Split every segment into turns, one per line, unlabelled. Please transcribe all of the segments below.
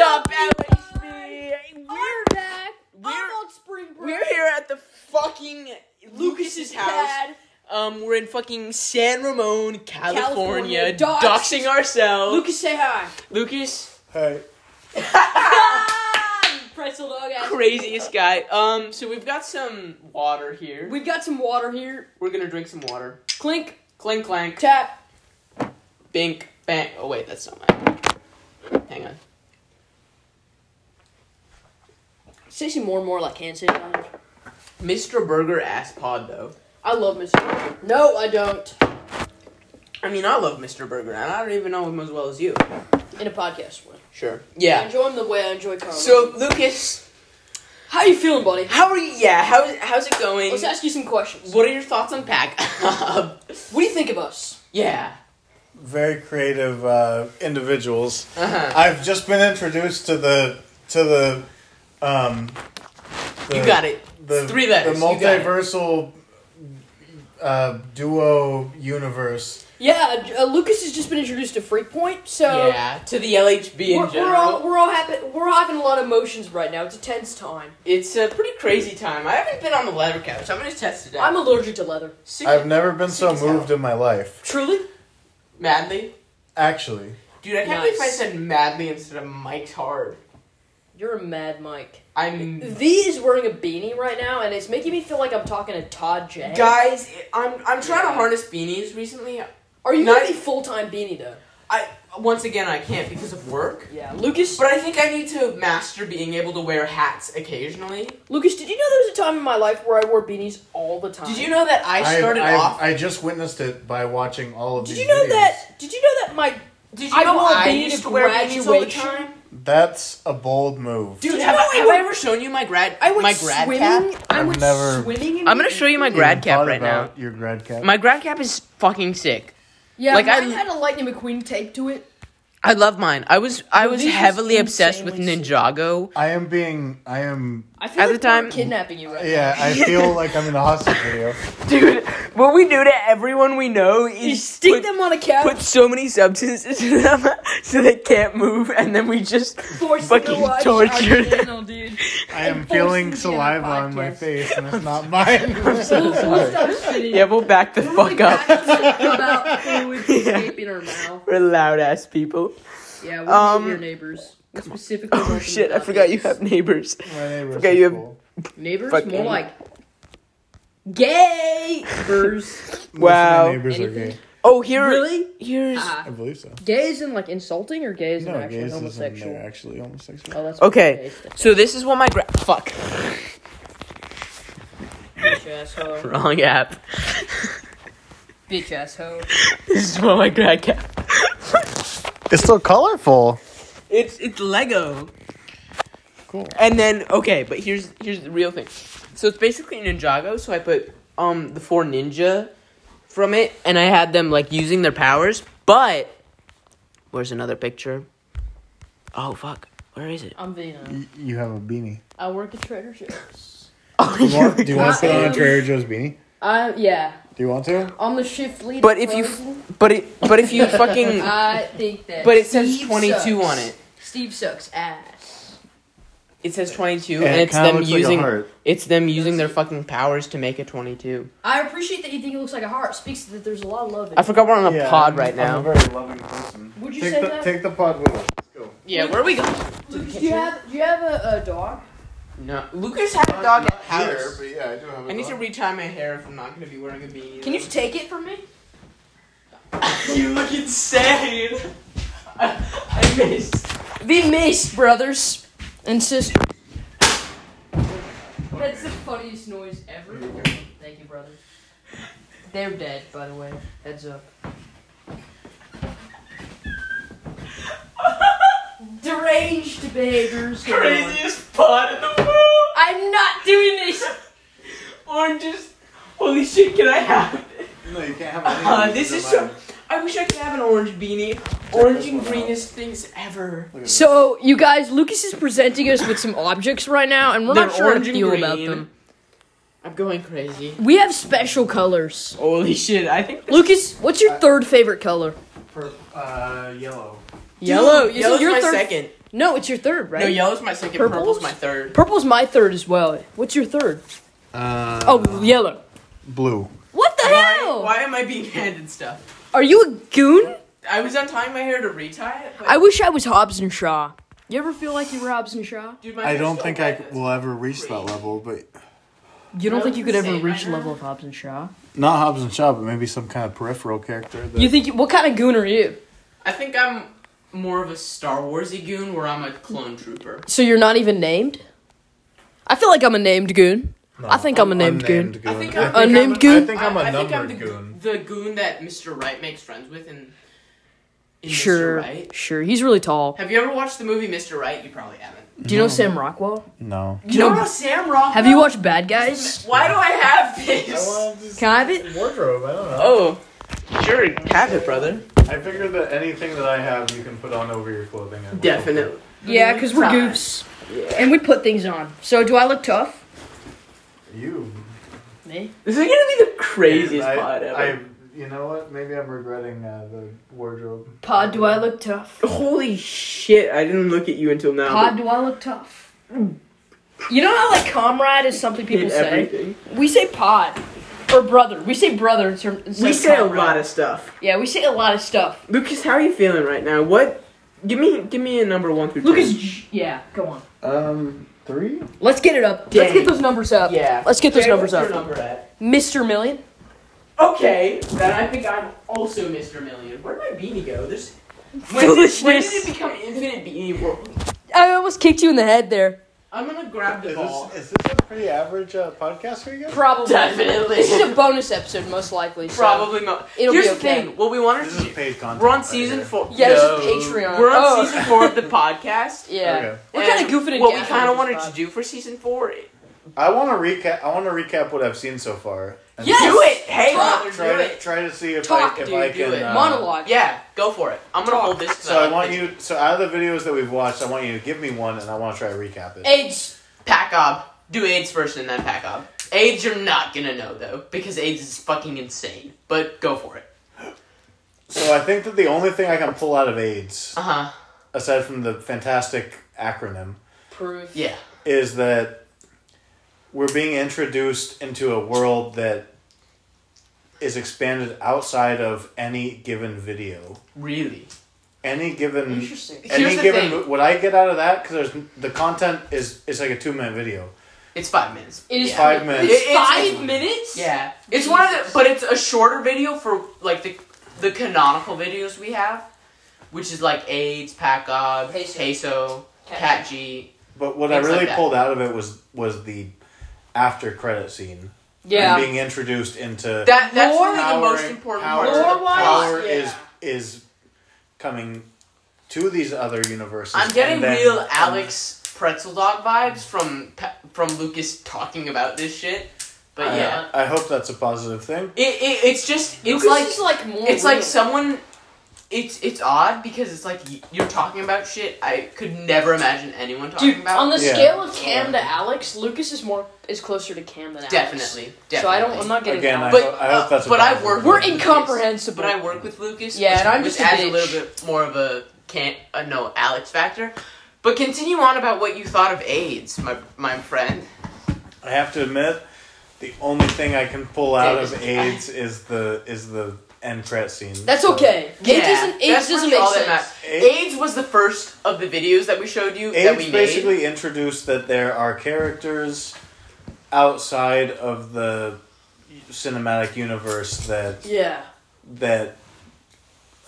up, LHB?
We're
We're
back.
we're-
I'm on spring break.
we're here at the fucking Lucas's house.
Dad.
Um, we're in fucking San Ramon, California,
California, dox-
doxing ourselves.
Lucas, say hi.
Lucas,
Hey,
Ah, you pretzel dog ass.
craziest guy. Um, so we've got some water here.
We've got some water here.
We're gonna drink some water.
Clink,
Clink clank,
tap.
bink bang. Oh wait, that's not mine. Hang on.
Say some more and more like hand sanitizer.
Mr. Burger ass pod though.
I love Mr. Burger. No, I don't.
I mean, I love Mr. Burger, and I don't even know him as well as you.
In a podcast way.
Sure.
I
Yeah.
enjoy him the way I enjoy Carl.
So Lucas,
how you feeling, buddy?
How are you? Yeah, how, how's it going?
Let's ask you some questions.
What are your thoughts on Pack?
What do you think of us?
yeah.
very creative uh, individuals.
Uh-huh.
I've just been introduced to the to the um. the-
you got it.
The,
Three letters.
The
You got it.
multiversal uh, duo universe.
Yeah, uh, Lucas has just been introduced to Freak Point, so
yeah, to the LHB in
we're,
general.
we're all we're all happy, we're having a lot of emotions right now. It's a tense time.
it's a pretty crazy time. I haven't been on the leather couch. I'm gonna test it out.
I'm allergic to leather.
sick
I've never been so
Six out.
moved in my life.
Truly?
madly.
Actually,
Dude, I can't believe I
Nice.
said madly instead of Mike's hard.
You're a mad Mike.
I'm
V is wearing a beanie right now, and it's making me feel like I'm talking to Todd J.
guys. I'm I'm trying to harness beanies recently.
Are you
Nice.
gonna be full time beanie though?
I once again I can't because of work.
Yeah, Lucas.
But I think I need to master being able to wear hats occasionally.
Lucas, did you know there was a time in my life where I wore beanies all the time?
Did you know that I started
I've-
off?
I just witnessed it by watching all of
Did
these
you know
videos.
that? Did you know that my
Did
I wore a beanie
used
to
to wear beanies all the
graduation.
time?
That's a bold move.
Dude,
Did you
have,
know
I,
I
have I
went-
ever shown you my grad
I went
my grad
swimming?
cap?
I
I've
went
never-
swimming. In
I'm gonna show you my
Even
grad cap
thought
right now.
about Your grad cap.
My grad cap is fucking sick.
Yeah,
Like,
mine
I'm-
had a Lightning McQueen taped to it.
I love mine. I was I was
This is
heavily obsessed with
insanely sick.
Ninjago.
I am being. I am.
I feel
At
like
the
we're
time-
kidnapping you. Right
Yeah, I feel like I'm in a hostage video.
Dude, what we do to everyone we know is
now. You stick them on a couch.
put so many substances in them so they can't move, and then we just
force
fucking
to watch
torture
our
them.
channel, dude.
I am
And forcing
feeling
the
saliva
other
on my
podcast.
face, and it's not mine.
We'll, we'll stop spitting.
yeah, we'll back the
We'll be
fuck
back
up.
to about fluids
Yeah.
escaping our mouth.
We're loud ass people.
Yeah, we're
Um,
your neighbors. We Specifically,
Oh
welcome
shit! I
the
forgot you
neighbors.
have neighbors.
My neighbors
Okay,
are
you have-
cool.
neighbors.
fucking-
More like gay birds.
Most of
Wow.
my neighbors are
Anything?
gay.
Oh, here
really?
here's.
I
Uh,
believe so.
gay is in like insulting, or gay is in
No,
actually
gays isn't.
homosexual.
They're actually homosexual.
Oh, that's
Okay, so this is what my gra- fuck
Bitch asshole.
wrong app.
Bitch asshole.
This is what my grad cap.
It's still colorful.
It's it's Lego.
Cool.
And then okay, but here's here's the real thing. So it's basically Ninjago. So I put um the four ninja from it, and I had them like using their powers. But where's another picture? Oh fuck, where is it?
I'm Vina.
Y- You have a beanie.
I work at Trader Joe's.
Oh,
Do you want, do you want
God.
to put on a Trader Joe's beanie?
Uh, yeah.
Do you want to?
I'm the shift leader.
But if you f-
Frozen.
but it but if you fucking
I think that.
but it says
Steve
twenty two
sucks.
on it.
Steve sucks ass.
It says twenty two,
And
and,
it
it's
kinda
them
looks like a
using
heart.
it's them using their fucking powers to make a twenty two.
I appreciate that you think it looks like a heart. Speaks to that there's a lot of love in
I
it.
forgot we're on a
Yeah,
pod
I'm-
right
I'm
now.
a very loving person.
Would you
take
say
the,
that?
Take the pod with us. Let's go.
yeah, where are we going?
Lucas, do you have do you have a, a dog?
No, Lucas had a dog at house.
but yeah, I do have a
I need to retie my hair if I'm not gonna be wearing a beanie.
Can you take it from me?
you look insane. I missed.
We missed, brothers and sisters. That's the funniest noise ever. Thank you, brother. They're dead, by the way. Heads up. Deranged behaviors. going on.
Craziest pod in the world.
I'm not doing this.
Oranges. Holy shit! Can I have? it?
No, you can't have
Uh, this is so. I wish I could have an orange beanie. Orange and
one out.
greenest things ever.
So, you guys, Lucas is presenting us with some objects right now, and we're
They're
not sure how
orange
to
and
feel about
green.
them.
I'm going crazy.
We have special colors.
Holy shit! I think
Lucas, what's your third favorite color?
uh, yellow.
Yellow. Is it
Yellow's
your
my
third?
second.
No, it's your third, right?
No, yellow's my second.
Purples?
Purple's my third.
Purple's my third as well. What's your third?
Uh,
Oh, yellow.
blue.
What the
Why,
hell?
why am I being handed stuff?
Are you a goon?
I was untying my hair to retie it. But
I wish I was Hobbs and Shaw. You ever feel like you were Hobbs and Shaw?
dude, my
I
hair's
don't
so
think
wet.
I will ever reach that level, but
You don't
That
think you could
was
ever
insane,
reach the
right?
level of Hobbs and Shaw?
not Hobbs and Shaw, but maybe some kind of peripheral character. That,
You think? You, what kind of goon are you?
I think I'm more of a Star Warsy goon, where I'm a clone trooper.
So you're not even named? I feel like I'm a named goon. I think I'm a named
unnamed
I think
I
I'm-
think I'm
Unnamed
a-
goon?
I think I'm a
I think I'm
numbered
the
goon.
the goon that Mr. Wright makes friends with in, in
sure,
Mr. Wright.
sure. He's really tall.
Have you ever watched the movie Mr. Wright? You probably haven't.
Do you know Sam Rockwell?
No.
You
No.
don't know Sam Rockwell?
Have you watched Bad Guys?
Why do I have this?
Can I have it?
wardrobe. I don't know.
Oh, sure, have it, brother.
I figured that anything that I have, you can put on over your clothing. and-
Definitely.
Yeah, because we're
Time.
goofs, and we put things on. So do I look tough?
You.
Me?
This is gonna be the craziest
I-
pod ever.
I- you know what? Maybe I'm regretting uh, the wardrobe.
Pod, do I look tough?
Holy shit! I didn't look at you until now.
Pod, do I look tough? You know how like comrade is something people say. We say pod or brother. We say brother. In term, instead
We
of
say a
comrade.
lot of stuff.
Yeah, we say a lot of stuff.
Lucas, how are you feeling right now? What? Give me, give me a number one through
Lucas,
ten.
j- yeah, go on.
Um, three.
Let's get it up.
Dang.
Let's get those numbers up.
Yeah.
Let's get those
Jay,
numbers
what's
up.
your number at?
Mr. Million.
Okay, then I think I'm also Mr. Million. Where'd my beanie go? There's when
Foolishness.
Did, when did it become infinite beanie world?
I almost kicked you in the head there.
I'm gonna grab the
Is
ball.
this, is this a pretty average uh, podcast for you guys?
Probably.
Definitely.
This is a bonus episode, most likely. So.
Probably not.
It'll
Here's
be
the
okay.
thing. What we wanted
This
to
is
do.
paid content.
We're on
right
season
here.
four.
Yeah, this
No.
is Patreon.
We're on
Oh.
season four of the podcast.
Yeah.
Okay.
We're kind
And
of goofing and
What we
gaffing
kind of
with
wanted
this
to do for season four.
I want to recap. I want to recap what I've seen so far. And
Yes!
Do it. Hey,
Talk,
brother,
Try
do
to
it.
try to see if
Talk,
I if
dude,
I
do
can
it.
uh,
Monologue.
Yeah, go for it. I'm gonna
Talk.
hold this. 'cause
So I
like
want
this.
you. So out of the videos that we've watched, I want you to give me one, and I want to try to recap it.
AIDS.
Pacob. Do AIDS first and then Pacob. AIDS you're not gonna know though, because AIDS is fucking insane. But go for it.
So I think that the only thing I can pull out of AIDS,
Uh huh.
aside from the fantastic acronym,
Proof.
Yeah.
is that we're being introduced into a world that is expanded outside of any given video.
Really.
Any
Mm.
given
Interesting.
any
Here's the
given
thing.
mo- what I get out of that because there's the content is is like a two minute video.
It's five minutes.
It is
Yeah.
Five
it-
minutes.
It's
It- it's-
five
it's-
minutes.
Yeah. It's one of the, but it's a shorter video for like the the canonical videos we have, which is like AIDS, Pacob,
Peso.
Peso,
Cat
Cat G.
But what I
Things like
really
that.
pulled out of it was was the after credit scene.
Yeah.
and being introduced into
That that's
Lore-
really the most
powering-
important
power,
part. of the
Lore-wise,
plot.
power
yeah.
is is coming to these other universes.
I'm getting
and then-
real Alex Pretzel Dog vibes from Pa- from Lucas talking about this shit. But
Uh,
I-
yeah,
I hope that's a positive thing.
it, it it's just it's
Lucas
like
is like more.
it's like
real.
someone. It's it's odd because it's like y- you're talking about shit I could never imagine anyone talking
Dude,
about.
on the
Yeah.
scale of Cam to Alex, Lucas is more is closer to Cam than Alex.
definitely, definitely.
So I don't. I'm not getting.
Again, I,
Alex.
But,
hope, I hope
uh,
that's. A
but I
positive
work-
thing.
we're
in-
incomprehensible.
But I work with Lucas.
Yeah,
which-
and I'm
which
just a
adds
bitch.
little bit more of a can't uh, no Alex factor. But continue on about what you thought of AIDS, my my friend.
I have to admit, the only thing I can pull out of
Okay.
AIDS is the is the end credit scene.
That's
So-
okay. it doesn't. It
that's
doesn't
really
make
all that
sense.
matters.
It-
AIDS was the first of the videos that we showed you that we
AIDS
made.
basically introduced that there are characters outside of the cinematic universe that
Yeah.
that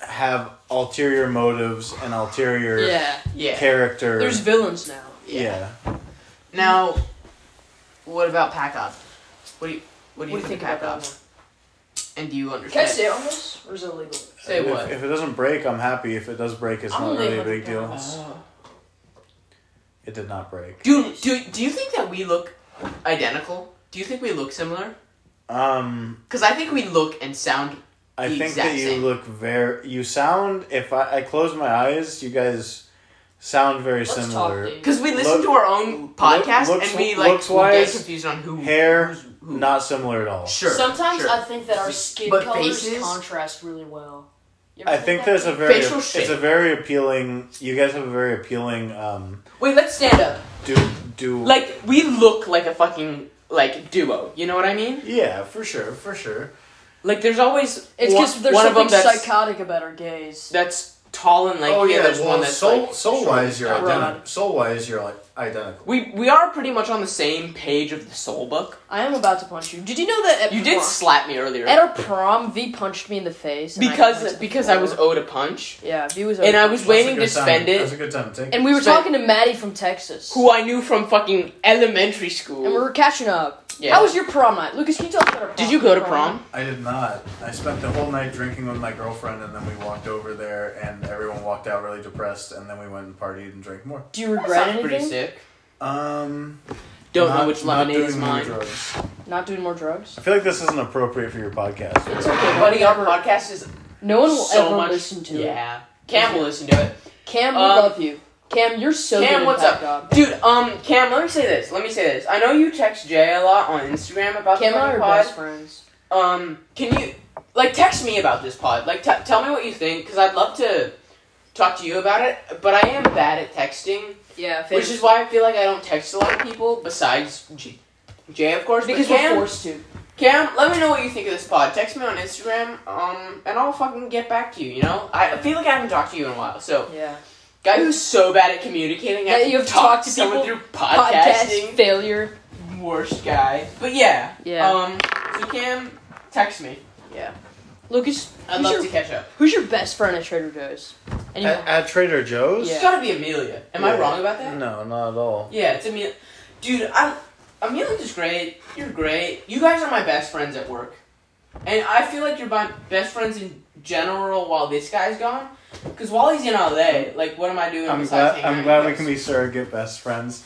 have ulterior motives and ulterior
Yeah.
yeah.
character.
There's villains now.
yeah.
Now, what about pack up? What do you what do you
What do you
think,
think
of pack
about that
up?
one?
And do you
Can I
understand?
say on this, or is it illegal?
Say
if,
what?
If it doesn't break, I'm happy. If it does break, it's
I'm
not
only
really a
hundred
big deal.
pounds.
Oh.
It did not break.
do do do you think that we look identical? Do you think we look similar?
Um,
Because I think we look and sound.
I
The
think
exact
that you
same.
look very. You sound. If I, I close my eyes, you guys sound very
Let's
similar.
talk, dude.
Because we listen
Look-
to our own podcast
looks-
and we like
looks-wise,
get confused on who
hair,
who's who.
Not similar at all.
sure.
Sometimes
sure.
I think that our skin
But
colors
faces?
contrast really well.
You ever
I
seen
think
that?
there's a very
Facial
it's
shape.
a very appealing. You guys have a very appealing um
Wait, let's stand up.
do do
Like we look like a fucking like duo. You know what I mean?
yeah for sure for sure.
Like there's always
It's
one,
because there's
one of
something
them that's
psychotic about our gaze.
that's tall and like
oh yeah,
there's
well,
one that's
soul
like
soul wise you're
Rod.
identical. Soul wise you're like identical.
we we are pretty much on the same page of the soul book.
I am about to punch you. Did you know that at
You did
prom-
slap me earlier
at our prom, V punched me in the face and I punched
because
the
because
floor.
I was owed a punch,
yeah, V was
and I
over-
was
That's a
waiting
good
to
time.
spend
That's a
it.
good time to take.
and we were
so-
talking to Maddie from Texas,
Who I knew from fucking elementary school.
and we were catching up.
Yeah.
How was your prom night, Lucas? Can you tell us about our prom?
Did you go to prom?
I did not. I spent the whole night drinking with my girlfriend, and then we walked over there, and everyone walked out really depressed, and then we went and partied and drank more.
Do you
That
regret
sounds pretty
anything?
sick.
Um,
Don't
not-
know which
not
lemonade is
doing more
mine.
drugs.
Not doing more drugs?
I feel like this isn't appropriate for your podcast.
It's okay,
Buddy, our podcast is
No one will
so
ever
much.
listen to it.
yeah, Cam will listen to it.
Cam, we
Um,
love you. Cam, you're so
Cam,
good
what's
at
up?
that
Dude, um, Cam, let me say this. Let me say this. I know you text Jay a lot on Instagram about
job. Cam
the
and I are
pod.
best friends.
Um, can you like text me about this pod? Like, t- tell me what you think, because I'd love to talk to you about it. But I am bad at texting,
Yeah,
which is why I feel like I don't text a lot of people besides G- Jay, of course.
because
but
we're
Cam,
forced to.
Cam, let me know what you think of this pod. Text me on Instagram, um, and I'll fucking get back to you. You know, I I feel like I haven't talked to you in a while, so
Yeah.
guy who's so bad at communicating, I
That
have
you have
to talk
talked
to
to
someone
people?
through
Podcast
podcasting.
failure.
Worst guy, but yeah.
Yeah.
Um, so Cam, text me.
Lucas,
I'd
who's
love
your,
to catch up.
who's your best friend at Trader Joe's? And you-
Uh,
At, at Trader Joe's,
It's
Yeah.
gotta be Amelia. Am I
Yeah.
wrong about that?
no, not at all.
Yeah, it's Amelia. Dude, I Amelia's great. You're great. You guys are my best friends at work, and I feel like you're my best friends in general while this guy's gone. Because while he's in LA, like, what am I doing?
I'm
besides
glad.
hanging out
I'm glad we
with
can
you guys?
be surrogate best friends.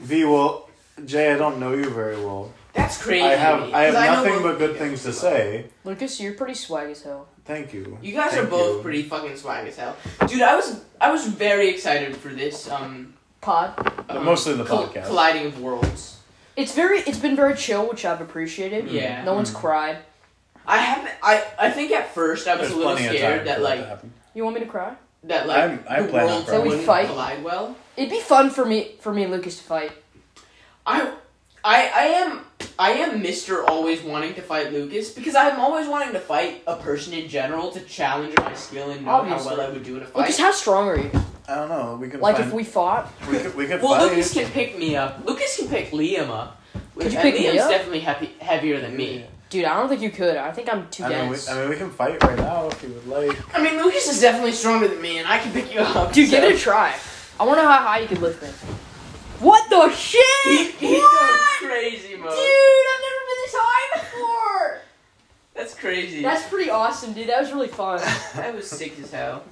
V, well, Jay, I don't know you very well.
That's crazy.
I have. I have
'cause know
nothing
both
but
of
good
you
things to
guys.
say.
Lucas, you're pretty swag as hell.
Thank you.
You guys
Thank
are both
you.
pretty fucking swag as hell, dude. I was I was very excited for this um,
Pod.
But
um,
mostly the
col-
podcast.
colliding of worlds.
It's very. It's been very chill, which I've
Hmm.
appreciated.
Yeah.
No one's cried.
I haven't. I I think at first I was
There's
a little
plenty of time
scared that
for
like
to happen.
You want me to cry?
that like
I'm- I
the
plan on
worlds
throwing
wouldn't
it. Fight.
collide well.
It'd be fun for me for me and Lucas to fight.
I I I am I am Mr. Always wanting to fight Lucas because I'm always wanting to fight a person in general to challenge my skill and know how
Obviously.
well I would do in a fight.
Lucas, how strong are you?
I don't know. We can
Like
find,
if we fought,
we could, we could
well,
find
Lucas can pick me up. Lucas can pick Liam up. Which,
you
and
pick me
Liam's
up?
definitely heavy, heavier than me.
dude. I don't think you could. I think I'm too
I mean, we,
dense.
I mean, we can fight right now if you would like.
I mean, Lucas is definitely stronger than me, and I can pick you up.
Dude,
so.
give it a try. I want to know how high you could lift me. What the shit?
He- he's going crazy mode.
high before.
That's crazy.
That's pretty awesome, dude. That was really fun.
that was sick as hell.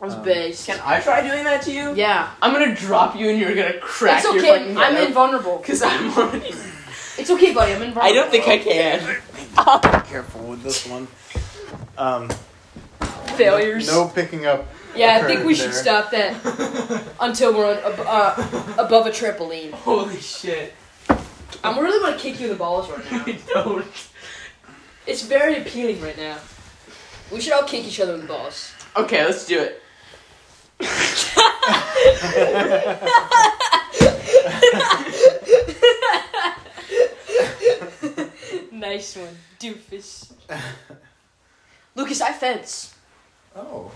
I was
Um,
based.
Can I try doing that to you?
Yeah,
I'm gonna drop you and you're gonna crack
it's
your
okay.
fucking head
I'm
open.
invulnerable.
Because I'm already.
It's okay, buddy. I'm invulnerable.
I don't think I can. Oh,
Careful with this one. Um,
failures.
no picking up.
Yeah, I think we should
There.
stop that until we're on ab- uh, above a trampoline.
Holy shit.
I'm really gonna kick you in the balls right now.
I don't.
It's very appealing right now. We should all kick each other in the balls.
Okay, let's do it.
Nice one, doofus. Lucas, I fence.
Oh,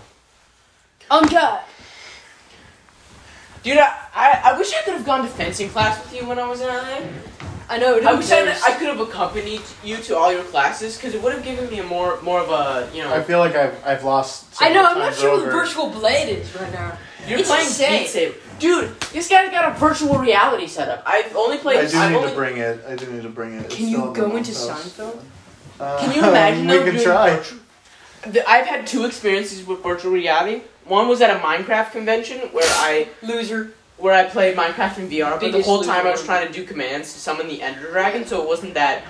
Uncut.
Dude, I, I, I wish I could have gone to fencing class with you when I was in LA.
I know.
I wish I, I could have accompanied you to all your classes because it would have given me a more more of a you know.
I feel like I've I've lost.
I know.
several
I'm not
times
sure
over.
what virtual blade is right now.
you're
it's
playing
insane.
Beat Saber, dude. This guy's got a virtual reality setup. I've only played.
I do
have
need
only,
to bring it. I do need to bring it. It's
Can
still
you
in the
go into
mom's house.
Seinfeld?
Uh,
Can you imagine
We
them
can
doing
try.
The, I've had two experiences with virtual reality. One was at a Minecraft convention where I
Loser.
where I played Minecraft in VR, but the
Biggest
whole time I was
loser.
trying to do commands to summon the Ender Dragon, so it wasn't that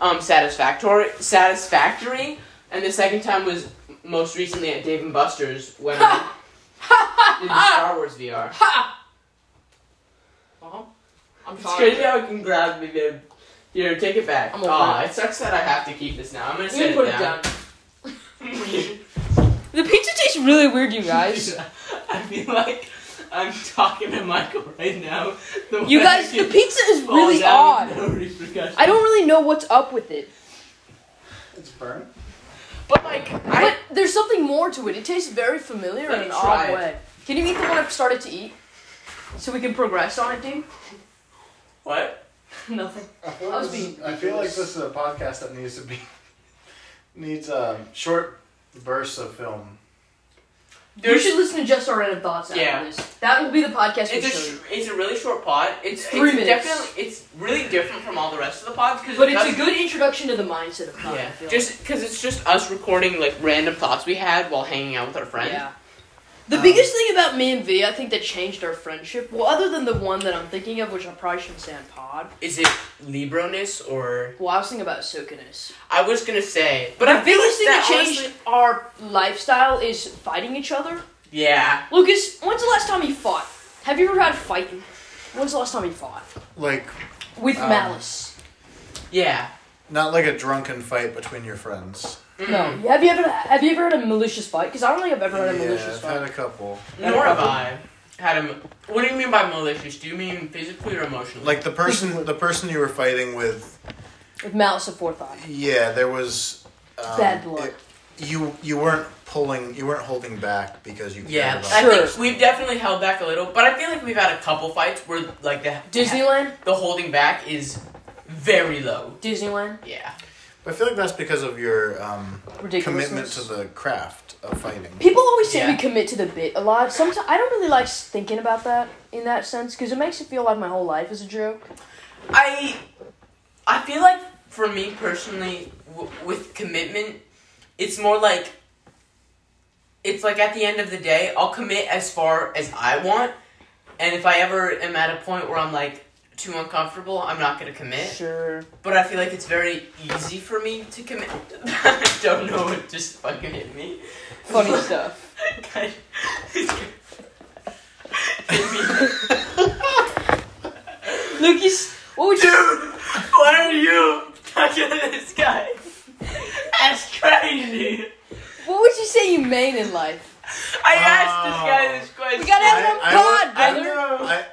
um, satisfactory. Satisfactory. And the second time was most recently at Dave and Buster's when I did the Star Wars VR.
Uh-huh. I'm
It's crazy how it can grab me, babe. Here, take it back.
I'm a
Aw,
rat.
it sucks that I have to keep this now. I'm gonna
You
set it
put it
down.
down. The pizza tastes really weird, you guys.
I feel like I'm talking to Michael right now. The
You
way
guys,
he
the pizza is
falls
really
out with
odd.
no repercussions.
I don't really know what's up with it.
It's burnt.
But like,
I-
but there's something more to it. It tastes very familiar
Let
in an
me try
odd
it.
way. Can you eat the one I've started to eat, so we can progress on it, dude?
What?
Nothing.
I feel,
I
like
was
this,
being
I feel like this is a podcast that needs to be needs um, short bursts of film.
You should listen to just our random thoughts after
Yeah.
this. That will be the podcast we
It's a
show
sh-
you.
it's a really short pod. It's,
Three
it's
minutes.
Definitely, it's really different from all the rest of the pods because
But it's a good introduction to the mindset of comedy.
Yeah,
I feel.
just because it's just us recording like random thoughts we had while hanging out with our friends.
Yeah. The
Um,
biggest thing about me and V, I think that changed our friendship. Well, other than the one that I'm thinking of, which I probably shouldn't say on pod.
Is it Libroness or
Well, I was thinking about Sokinus.
I was gonna say, but
the
I feel like
biggest thing that, changed
honestly-
our lifestyle is fighting each other.
yeah,
Lucas, when's the last time you fought? Have you ever had fighting? When's the last time you fought?
Like
With
Um,
malice.
yeah.
not like a drunken fight between your friends.
No.
Mm-hmm.
Have you ever have you ever had a malicious fight? Because I don't think I've ever had a
yeah,
malicious
I've had
fight.
a couple.
Nor have I had a. mo- What do you mean by malicious? Do you mean physically or emotionally?
Like the person, the person you were fighting with.
With malice aforethought.
Yeah, there was um,
Bad blood.
it- you you weren't pulling, you weren't holding back because you. cared
yeah,
about
I
Sure.
think we've definitely held back a little, but I feel like we've had a couple fights where like the
Disneyland?
the holding back is very low.
Disneyland?
Yeah,
But I feel like that's because of your um,
Ridiculous.
commitment to the craft of fighting.
People always say
Yeah.
we commit to the bit a lot. Sometimes I don't really like thinking about that in that sense because it makes it feel like my whole life is a joke.
I I feel like for me personally, w- with commitment, it's more like it's like at the end of the day, I'll commit as far as I want, and if I ever am at a point where I'm like too uncomfortable, I'm not gonna commit.
Sure.
But I feel like it's very easy for me to commit. I don't know what just fucking hit me.
Funny stuff.
Guys, it's good. Hit me.
Lucas, what would you?
Dude, why are you talking to this guy? That's crazy.
What would you say you made in life?
I asked this guy
Oh.
this
We
question.
gotta have it on
I- I
pod,
would- I
brother.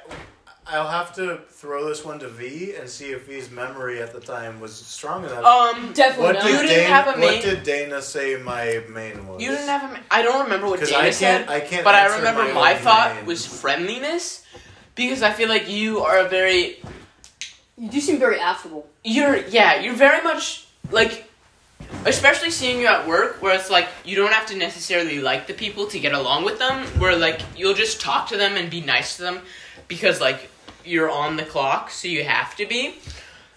I, I'll have to throw this one to V and see if V's memory at the time was strong enough.
um,
Definitely
what
not.
did
You didn't
Dana,
have a main-
What did Dana say my main was?
you didn't have. A, I don't remember what
Because
Dana
I
said,
can't. I can't.
but I
answer
remember my,
own
thought
main.
was friendliness, because I feel like you are a very
You do seem very affable.
you're yeah you're very much like especially seeing you at work where it's like you don't have to necessarily like the people to get along with them where like you'll just talk to them and be nice to them because like you're on the clock so you have to be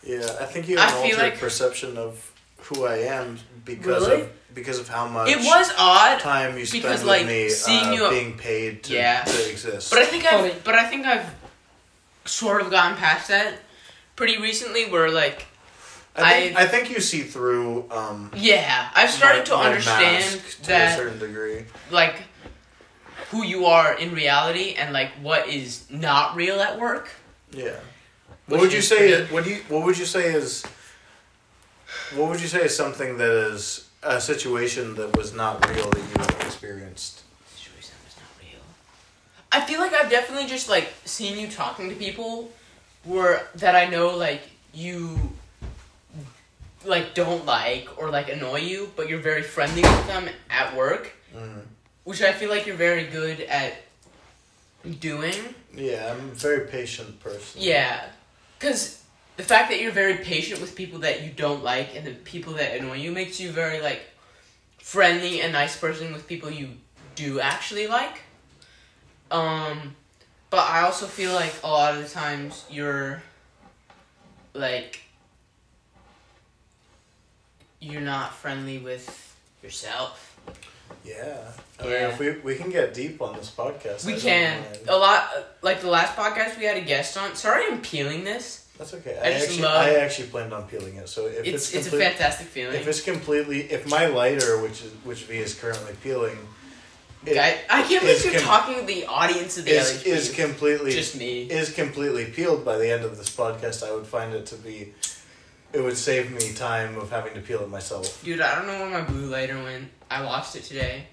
Yeah, I think you
I
have
feel
an altered
like-
perception of who I am because
Really?
of because of how much
it was odd
time you spend
because,
with
like,
me
seeing
uh,
you-
being paid to,
Yeah.
to exist.
but i think
Funny.
i've but i think i've sort of gotten past that pretty recently where like
I, think,
I-
I think you see through. Um,
yeah i've started
my-
to
my
understand
mask to a
that
certain degree.
like who you are in reality and like what is not real at work
Yeah.
Which
What would you
is
say?
pretty-
What do you? What would you say is? What would you say is something that is a situation that was not real that you experienced?
situation was not real. I feel like I've definitely just like seen you talking to people where that I know like you like don't like or like annoy you, but you're very friendly with them at work,
Mm.
which I feel like you're very good at doing.
Yeah, I'm a very patient person.
Yeah. Cuz the fact that you're very patient with people that you don't like and the people that annoy you makes you very like friendly and nice person with people you do actually like. Um but I also feel like a lot of the times you're like you're not friendly with yourself.
Yeah. I mean,
Yeah.
if we we can get deep on this podcast. I
We
don't
can Oh.
mind.
a lot like the last podcast we had a guest on. Sorry I'm peeling this.
That's okay.
I
I,
just
actually
love-
I actually planned on peeling it. So if
It's
it's
it's a
complete-
fantastic feeling.
if it's completely if my lighter which is which V is currently peeling. it-
I, I can't believe
is
you're
com-
talking to the audience of the
is
LHP.
is completely
just me.
is completely peeled by the end of this podcast, I would find it to be. It would save me time of having to peel it myself.
Dude, I don't know where my blue lighter went. I lost it today.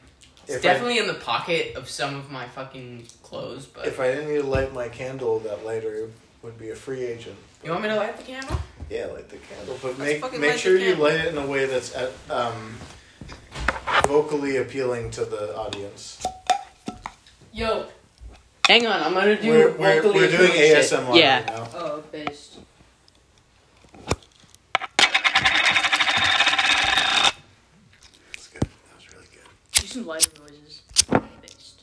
It's
If I-
definitely in the pocket of some of my fucking clothes, but
If I didn't need to light my candle, that lighter would be a free agent.
you want me to light the candle?
Yeah, light the candle.
But
fucking
make make
light
sure
the
you
candle.
light it in a way that's at, um, vocally appealing to the audience.
Yo.
Hang on, I'm gonna do.
we're we're,
vocally
we're doing
appealing shit.
ASMR
Yeah.
right now.
Oh, bitch.
That's good. That was really good.
Do some lighter noises. Based.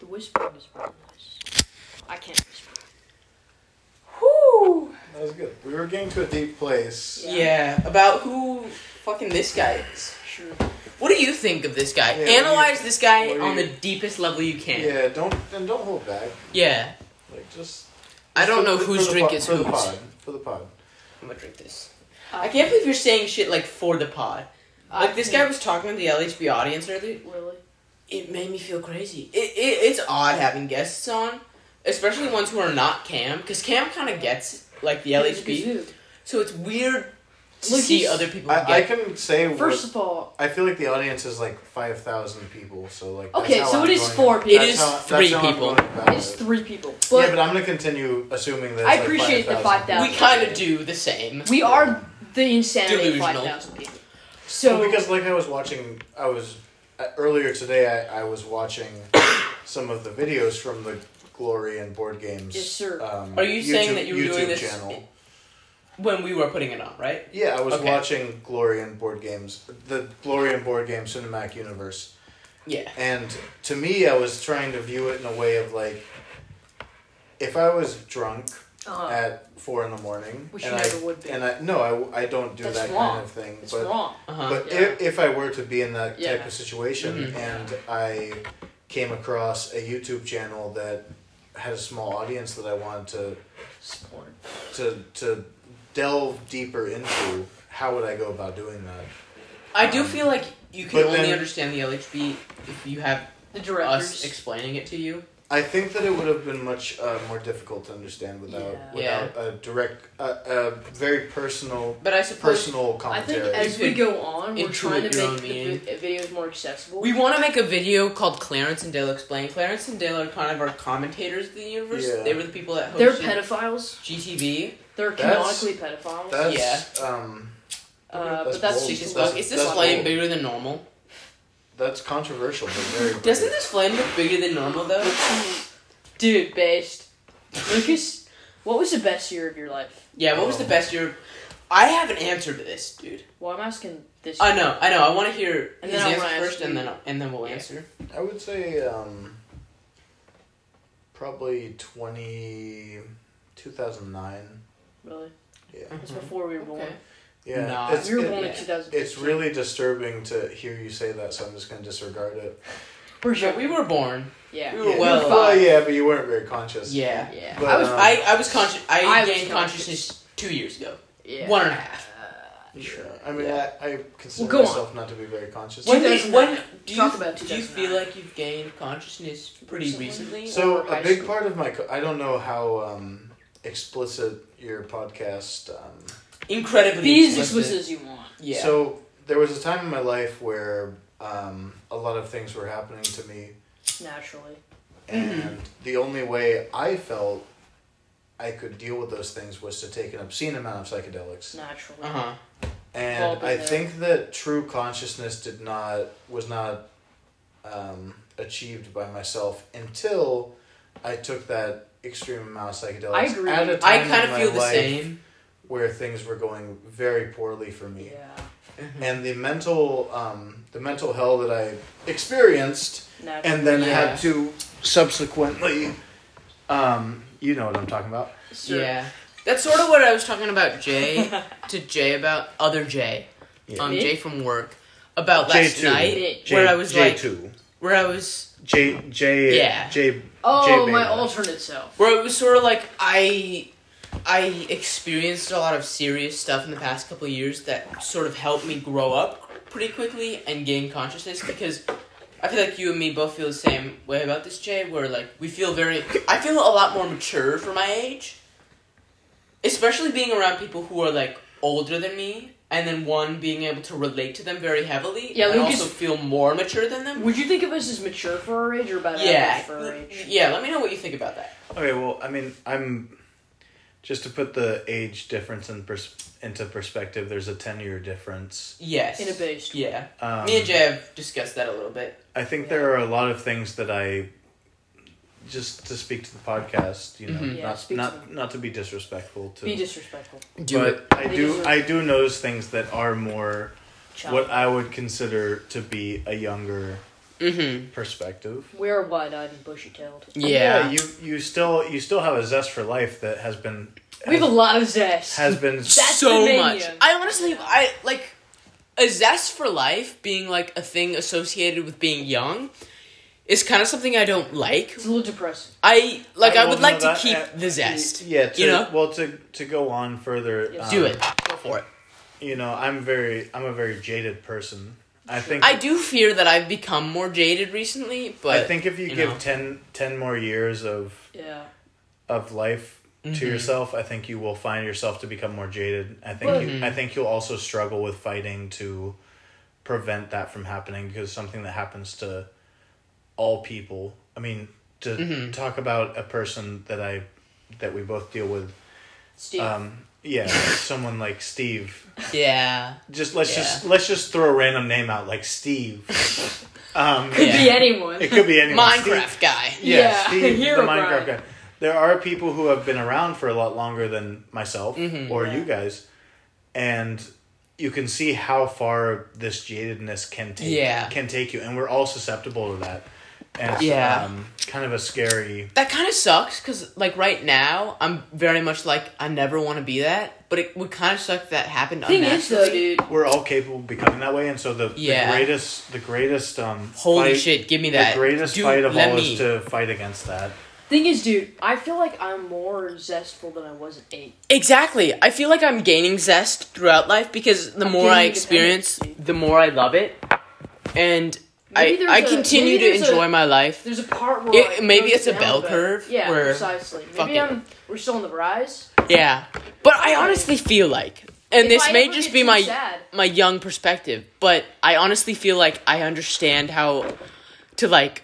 The whispering is really nice. I can't whisper.
Whew.
That was good.
We were getting to a deep place.
Yeah. about who fucking this guy is.
Sure.
What do you think of this guy?
Yeah,
Analyze this guy
what do
on
you-
the deepest level you
Yeah.
can. Yeah.
don't and don't hold back. Like just.
I don't
for-
know
for
whose
the
drink
po-
is
for the
whose.
pod. For the pod.
I'm gonna drink this. I can't believe you're saying shit like for the pod. Like this guy was talking to the LHB audience earlier.
Really?
It made me feel crazy. It, it it's odd having guests on, especially ones who are not Cam, because Cam kind of gets like the LHB. So it's weird to
Look,
see
he's-
other people get.
I, I can say what-
First of all,
I feel like the audience is like five thousand people, so like. that's
okay,
how
so
I'm
it is
going-
four
It
people.
that's
is
how- that's
three
how I'm
people.
going about
It's
it.
three people.
yeah,
But,
but I'm gonna continue assuming that.
I
it's, like,
appreciate the
5,000.
we kind of do the same.
we are the insanity
Delusional.
five thousand people. So
well, because like I was watching, I was uh, earlier today. I, I was watching some of the videos from the Glory and Board Games.
Yes, sir.
Um,
Are you
YouTube,
saying that you were
YouTube
doing this-
channel?
when we were putting it on, right?
Yeah, I was
Okay.
watching Glory and Board Games, the Glory and Board Game Cinematic Universe.
Yeah.
And to me, I was trying to view it in a way of like, if I was drunk
uh,
at four in the morning,
Which
and
you
I
never would be.
and I no, I, I don't do
That's
that
wrong.
kind of thing.
it's
but
wrong.
Uh huh.
but
Yeah.
if, if I were to be in that type
Yeah. Mm-hmm.
of situation,
Mhm.
and I came across a YouTube channel that had a small audience that I wanted to
Support.
to to delve deeper into, how would I go about doing that?
I do feel like you can
um, But
only
then-
understand the LHB if you have
The
us
directors.
explaining it to you.
I think that it would have been much uh, more difficult to understand without
Yeah.
without a direct, uh, a very personal
But I suppose
personal
I think
commentary.
as we go on, we're trying
Intrude
to
your
make the
own
vi- videos more accessible.
we want to make a video called Clarence and Dale Explain. Clarence and Dale are kind of our commentators of the universe.
Yeah.
They were the people that hosted
They're pedophiles.
GTV.
They're
That's-
canonically pedophiles.
that's um,
uh,
that's
but that's
bold.
Sick as
just
fuck. Is this
That's
flame
old.
bigger than normal?
that's controversial, but very.
Doesn't this flame look bigger than normal though?
dude based. Lucas, what was the best year of your life?
Yeah. What was the best year? I have an answer to this, dude.
Well, I'm asking this.
I know. I know. I want to hear his
And then I
answer
wanna ask
first, and
you.
then and then we'll
Yeah.
answer.
I would say um, probably 20, 2009.
Really,
Yeah,
it's
Uh-huh.
before we were born.
Okay.
yeah.
Nah.
It's,
We were
it-
born in
yeah.
2000.
it's really disturbing to hear you say that, so I'm just gonna disregard it.
For
Yeah,
sure.
we were born.
yeah.
We were
yeah.
well.
Well, yeah, but you weren't very conscious.
Yeah.
Yeah.
But,
I was
um,
I, I was conscious. I,
I was
gained
conscious.
consciousness two years ago.
yeah.
One and a half.
Yeah, I mean, I, I consider
Well, go on.
myself not to be very conscious.
When, did-
2009.
when do you,
Talk about
do you
2009.
feel like you've gained consciousness pretty
Recently?
recently?
So
Or high
a big
school.
part of my co- I don't know how um, explicit your podcast. Um,
Incredibly.
Be as explicit as you want.
Yeah.
So there was a time in my life where um, a lot of things were happening to me,
Naturally.
Mm-hmm.
and the only way I felt I could deal with those things was to take an obscene amount of psychedelics.
Naturally.
uh huh.
And
Well,
I
but-
think that true consciousness did not was not um, achieved by myself until I took that extreme amount of psychedelics.
I agree.
At a
I
time
kind
in
of
my
feel the
life
same.
Where things were going very poorly for me,
Yeah.
and the mental um, the mental hell that I experienced,
Naturally.
and then
Yeah.
had to subsequently, um, you know what I'm talking about.
Sure.
Yeah. That's sort of what I was talking about Jay to Jay about other Jay,
Yeah.
um
Me?
Jay from work about
Jay
last
too.
night
It-
J,
Where I was
J
like-
two,
where I was
J J
Yeah.
J.
Oh, my
Beta.
alternate self.
where it was sort of like I I experienced a lot of serious stuff in the past couple of years that sort of helped me grow up pretty quickly and gain consciousness because I feel like you and me both feel the same way about this, Jay, where like we feel very I feel a lot more mature for my age. especially being around people who are like older than me, and then one being able to relate to them very heavily,
Yeah,
and
Lucas-
also feel more mature than them.
Would you think of us as mature for our age or about
Yeah,
average for our age?
yeah. Let me know what you think about that.
Okay, well, I mean, I'm just to put the age difference in pers- into perspective. There's a ten year difference.
Yes,
In a based.
Yeah,
Um,
me and Jay have discussed that a little bit.
I think there are a lot of things that I just to speak to the podcast. You know,
Mhm.
Yeah,
not
speak to
not not to be disrespectful to,
Mm-hmm. Be disrespectful.
but I
Be
do
disres-
I do notice things that are more
Child.
what I would consider to be a younger
Mm-hmm.
perspective.
We are wide eyed and bushy tailed.
Yeah.
you you still you still have a zest for life that has been
We have a lot of zest.
has been
That's
so
the mania.
much. I honestly, I like a zest for life being like a thing associated with being young is kind of something I don't like.
It's a little depressing.
I like I,
well,
would
no,
like to
that-
keep
uh,
the zest.
Yeah, to,
you know?
Well, to to go on further, um,
Yes.
Do it. Go for it.
You know, I'm very I'm a very jaded person. I think
I do fear that I've become more jaded recently, but
I think if you,
you
give
know.
ten ten 10, more years of
Yeah.
of life to
Mhm.
yourself, I think you will find yourself to become more jaded. I think
Well-
Mm-hmm.
you, I think you'll also struggle with fighting to prevent that from happening because it's something that happens to all people. I mean, to
Mhm.
talk about a person that I that we both deal with
Steve.
um yeah, someone like Steve.
yeah.
Just let's just let's just throw a random name out like Steve. um
could be
yeah.
anyone.
it could be anyone. Steve-
Minecraft guy.
yeah,
Yeah,
Steve, the
Hero
Minecraft
Brian.
guy. There are people who have been around for a lot longer than myself
Mhm.
or
Yeah.
you guys, and you can see how far this jadedness can take
Yeah.
can take you, and we're all susceptible to that. And it's,
Yeah.
um, kind of a scary.
That kind of sucks because, like, right now, I'm very much like, I never want to be that, but it would kind of suck if that happened
Thing is,
unnaturally.
though, dude.
We're all capable of becoming that way, and so the,
Yeah.
the greatest the greatest um
Holy
fight-
shit, give me
the
that.
greatest
Dude,
fight of
let
all
me.
is to fight against that.
Thing is, dude, I feel like I'm more zestful than I was at eight.
Exactly. I feel like I'm gaining zest throughout life because the
I'm
more I
gaining
experience,
dependency.
the more I love it. And
Maybe
I, I
there's a-
continue
maybe
to
there's a-
enjoy my life.
There's a part where
It-
I-
maybe
goes
it's a
down
bell
bit.
curve
Yeah,
where-
precisely.
fuck
Maybe
it.
I'm, we're still on the rise.
Yeah. But I honestly feel like, and
If
this
I
may
ever
just
get
be
too
my
sad,
my young perspective, but I honestly feel like I understand how to like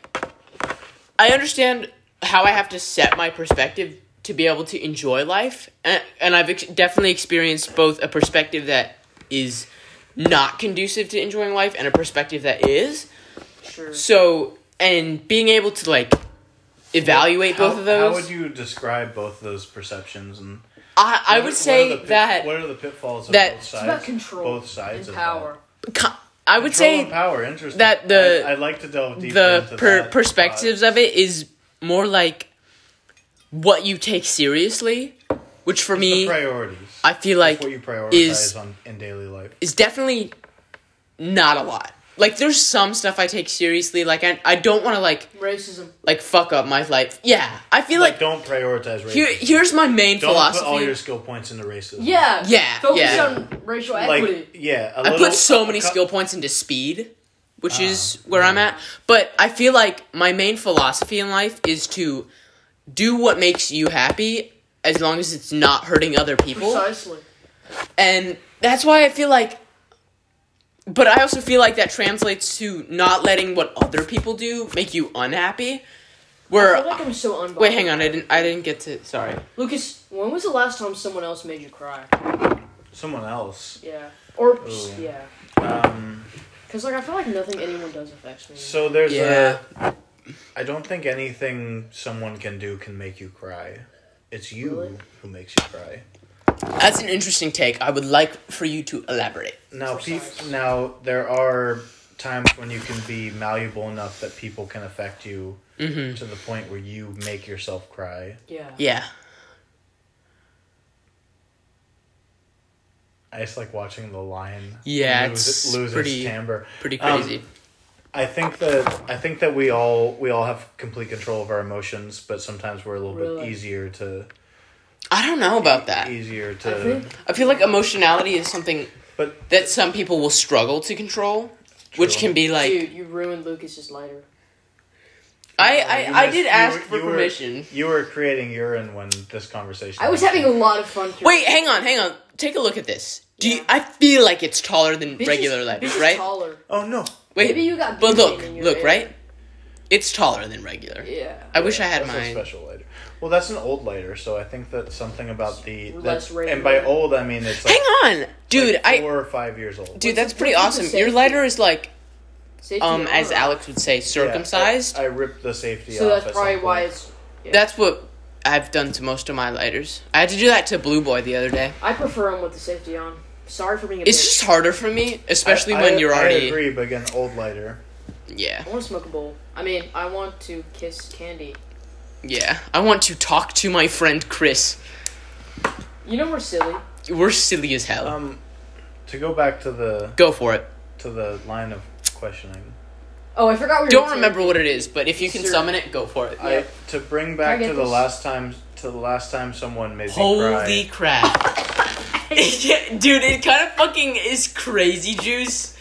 I understand how I have to set my perspective to be able to enjoy life and, and I've ex- definitely experienced both a perspective that is not conducive to enjoying life and a perspective that is.
sure.
So, and being able to like evaluate
How-
both of those,
How would you describe both of those perceptions? And
I I
what- what
would
are
say
the pit-
that
what are the pitfalls of
that-
both
It's
It's
sides?
about control
both
and
sides of that.
power.
co- I would
Control
say
and power. Interesting.
that the-
I, would like to delve deeper
the
into
per-
that uh,
perspectives of it is more like what you take seriously, which for
thought. It's the
me,
priorities.
I feel
It's
like
what you prioritize
is-
on, in daily life.
is definitely not a lot. Like there's some stuff I take seriously. Like I, I don't want to like
Racism.
like fuck up my life. Yeah, I feel
Like,
like,
don't prioritize racism.
here here's my main
don't
philosophy.
put all your skill points into racism.
Yeah.
Yeah,
Focus
yeah.
on racial equity.
Like yeah, a
I
little-
put so many
a cou-
skill points into speed, which
Ah,
is where I'm at. But I feel like my main philosophy in life is to do what makes you happy as long as it's not hurting other people.
Precisely.
And that's why I feel like but I also feel like that translates to not letting what other people do make you unhappy. Where
I feel like I'm so unbiased.
Wait, hang on. I didn't I didn't get to Sorry.
Lucas, when was the last time someone else made you cry?
Someone else.
Yeah. Or
Ooh.
Oh, yeah.
Um,
Cause like I feel like nothing anyone does affects me.
so there's
Yeah.
a. I don't think anything someone can do can make you cry. It's you
Really?
who makes you cry.
That's an interesting take. I would like for you to elaborate.
Now, pe-
Precise.
now there are times when you can be malleable enough that people can affect you
Mhm.
to the point where you make yourself cry.
yeah.
Yeah.
I just like watching the lion.
Yeah,
lose,
it's
lose
pretty-
its timbre.
Pretty
Um,
crazy.
I think that I think that we all we all have complete control of our emotions, but sometimes we're a little
Really?
bit easier to
I don't know about that.
easier to.
I think
I feel like emotionality is something
But-
that some people will struggle to control,
True.
which can be like
dude, you ruined Lucas's lighter.
I,
Uh, You
I, I
missed-
did
you
ask
were-
for
you were-
permission.
You were creating urine when this conversation.
I was having a lot of fun. through
Wait,
it.
hang on, hang on. Take a look at this. Do you, I feel like it's taller than
Bitch is-
regular
bitch
lettuce,
is
right?
Taller.
Oh no!
Wait,
Maybe you got.
but
butane
look,
in your
look,
air.
right? Um, It's taller than regular.
Yeah.
I wish I had
That's a
mine.
special lighter. Well, that's an old lighter, so I think that something about the
Less
that's,
regular.
and by old I mean it's like,
Hang on, dude.
like
I
four or five years old.
dude, that's
What
pretty
is the
awesome. Your
safety?
lighter is like,
Safety
um,
on
as
or
Alex would say,
Yeah,
circumcised.
I, I ripped the safety.
off? So
off
that's
at
probably
some
why
point.
it's. yeah.
That's what I've done to most of my lighters. I had to do that to Blue Boy the other day.
I prefer them with the safety on. Sorry for being a
It's
bitch.
just harder for me, especially
I-
when
I-
you're
I
already
agree, but again, old lighter.
yeah,
I want to smoke a bowl. I mean, I want to kiss candy.
yeah. I want to talk to my friend Chris.
You know we're silly.
We're silly as hell.
Um, to go back to the
Go for it.
to the line of questioning,
Oh, I forgot we were
Don't
doing-
remember what it is, but if you can
Sure.
summon it, go for it.
I to bring
I
back
get
to the
this?
last time to the last time someone made me cry.
Holy crap. Yeah, Dude, it kind of fucking is crazy juice.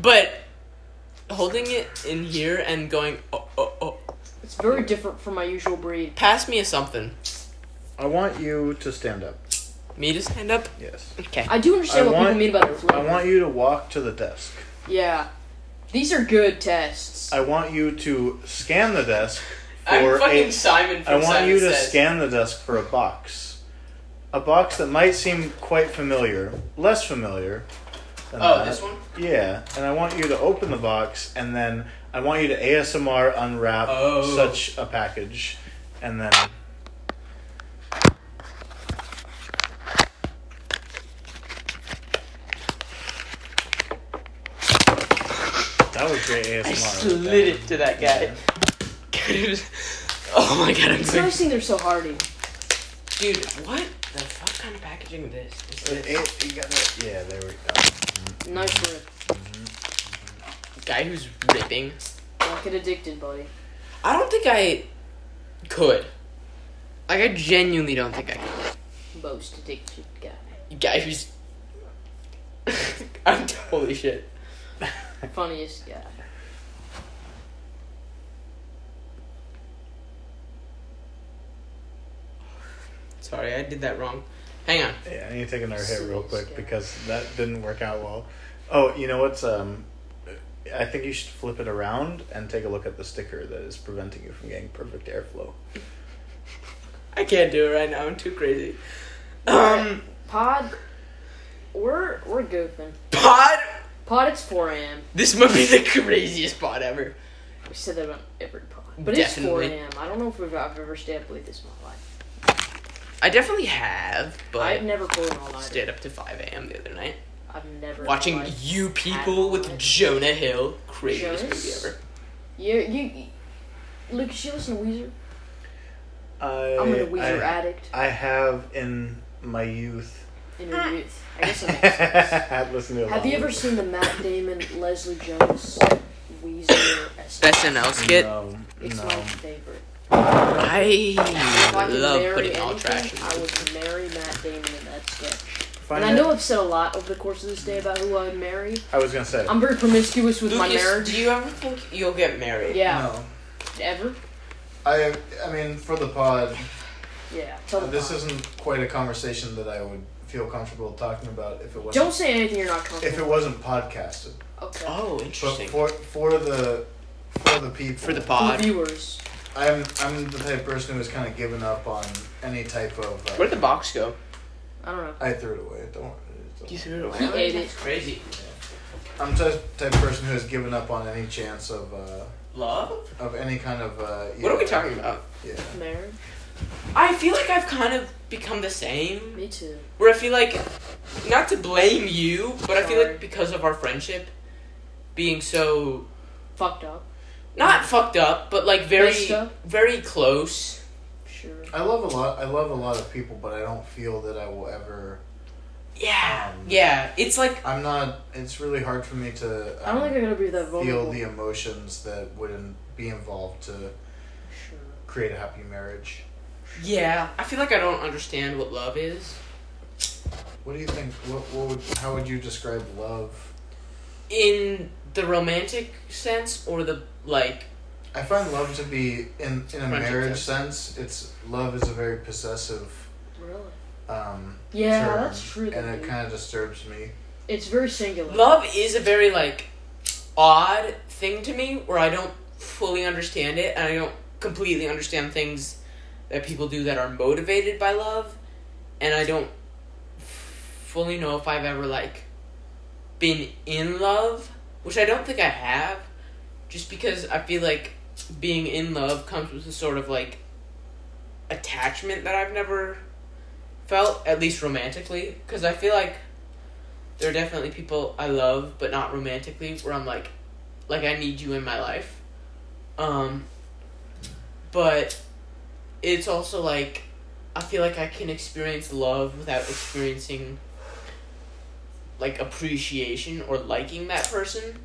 But holding it in here and going, oh, oh, oh.
It's very different from my usual breed.
Pass me a something.
I want you to stand up.
Me to stand up?
Yes.
Okay.
I do
I
understand what
want-
people mean about the
I
flavor.
want you to walk to the desk.
yeah, these are good tests.
I want you to scan the desk
I'm
for
fucking
a.
Simon from
I want
Simon
you to
Says.
scan the desk for a box, a box that might seem quite familiar, less familiar. than
Oh,
that.
this one?
Yeah, and I want you to open the box, and then I want you to ASMR unwrap
Oh.
such a package, and then that was great ASMR.
I
right there.
slid it to that guy. Dude. Oh my god, I'm
It's
so.
nice seeing they're so hardy.
Dude, what the fuck kind of packaging is this? Is
It-
this
it- you gotta- yeah, there we go.
Nice rip.
a guy who's ripping?
Don't get addicted, buddy.
I don't think I could. Like, I genuinely don't think I could.
Most addicted guy.
Guy who's. I'm holy shit.
Funniest guy.
Sorry, I did that wrong. Hang on.
Yeah, I need to take another hit real quick
Scared.
because that didn't work out well. Oh, you know what's um I think you should flip it around and take a look at the sticker that is preventing you from getting perfect airflow.
I can't do it right now. I'm too crazy. Um,
Pod, we're we're goofing.
pod.
Pod, it's 4 a.m.
This might be the craziest pod ever.
We said that about every pod, but
Definitely.
it's 4 a.m. I don't know if we've, I've ever stayed up late this in my life.
I definitely have, but
I've never pulled an all nighter.
stayed up to 5 a.m. the other night
I've never. in my
watching
life.
You People with Jonah Hill. Craziest
Jonas?
movie ever.
You, you, you Lucas, you listen to Weezer?
I
I'm
Eh,
a Weezer
I,
addict
I have in my youth
in your youth. I guess I'm
listen to a lot
Have you
of
ever
it.
seen the Matt Damon, Leslie Jones, Weezer?
SNL skit.
No,
It's
no.
my favorite.
I
If I could
love
marry
putting
anything,
all trash. in
I would marry Matt Damon in that sketch.
Find
and I
that-
know I've said a lot over the course of this day about who I would marry.
I was gonna say
I'm very promiscuous with my
Lucas,
marriage.
do you ever think you'll get married?
Yeah.
No.
Ever?
I I mean for the pod,
Yeah. Tell them
this
not.
isn't quite a conversation that I would feel comfortable talking about if it wasn't
Don't say anything you're not
if it
comfortable.
wasn't podcasted.
okay.
Oh,
But
interesting.
for for the for the people
For the
For
pod.
viewers.
I'm I'm the type of person who has kind of given up on any type of. Uh,
Where'd the box go?
I don't know.
I threw it away. Don't. don't-
You threw it away.
He ate it.
That's crazy.
I'm the type of person who has given up on any chance of uh,
Love?
of any kind of. Uh, you
What are
know,
we talking about?
Yeah.
Marriage?
I feel like I've kind of become the same.
Me too.
Where I feel like, not to blame you, but I feel
Sorry.
like because of our friendship being so,
Fucked up.
not fucked up, but like very,
Messed up?
very close.
Sure.
I love a lot. I love a lot of people, but I don't feel that I will ever.
Yeah.
Um,
Yeah. It's like,
I'm not. It's really hard for me to.
I don't
um,
think I'm gonna be that vulnerable.
feel the emotions that would in, be involved to
Sure.
create a happy marriage.
yeah. I feel like I don't understand what love is.
What do you think? What, what would? How would you describe love?
in the romantic sense or the like
I find love to be in in a
Friendship
marriage
test.
sense. It's love is a very possessive.
Really?
Um,
Yeah,
term,
that's true.
And
though,
it
dude.
kind of disturbs me.
it's very singular.
Love is a very like odd thing to me where I don't fully understand it and I don't completely understand things that people do that are motivated by love and I don't fully know if I've ever like been in love, which I don't think I have just because I feel like being in love comes with a sort of like attachment that I've never felt at least romantically cuz I feel like there are definitely people I love, but not romantically, where I'm like, like I need you in my life. Um, but it's also like I feel like I can experience love without experiencing like appreciation or liking that person.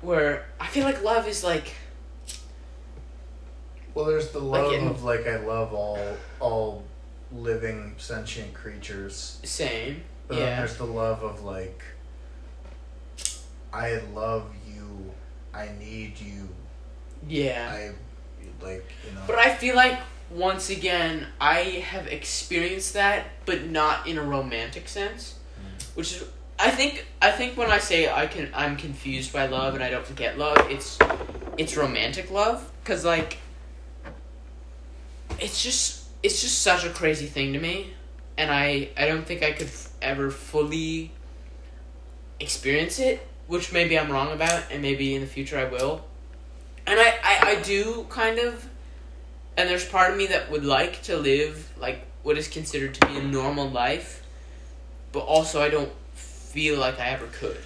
Where I feel like love is like
Well, there's the
Like
love
in-
of like I love all all living sentient creatures.
same.
But then
Yeah.
there's the love of like I love you. I need you.
Yeah.
I like you know.
But I feel like once again I have experienced that, but not in a romantic sense, which is I think I think when I say I can I'm confused by love and I don't get love, it's it's romantic love because like it's just it's just such a crazy thing to me, and I I don't think I could f- ever fully experience it, which maybe I'm wrong about, and maybe in the future I will. And I, I, I do kind of and there's part of me that would like to live like what is considered to be a normal life but also i don't feel like i ever could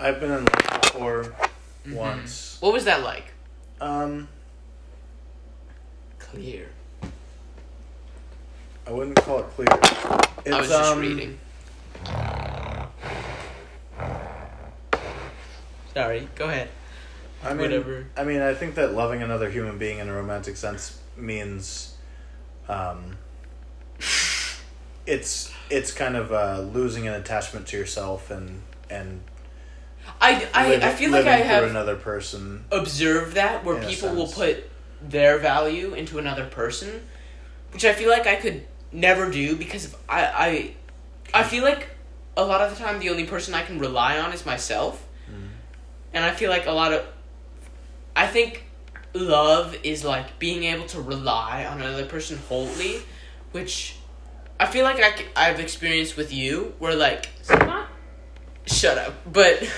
I've been in love before
Mm-hmm.
once.
what was that like
Um,
clear
I wouldn't call it clear. It's,
i was just
um,
reading sorry go ahead
I mean,
Whatever.
I mean, I think that loving another human being in a romantic sense means, um, it's it's kind of uh, losing an attachment to yourself and and
i, I, I
living-
feel like
living
i
through
have
another person.
observed that where
In a
people will
sense.
put their value into another person which i feel like i could never do because if i i i feel like a lot of the time the only person i can rely on is myself and i feel like a lot of i think love is like being able to rely on another person wholly which i feel like I, c- i've experienced with you where like shut up but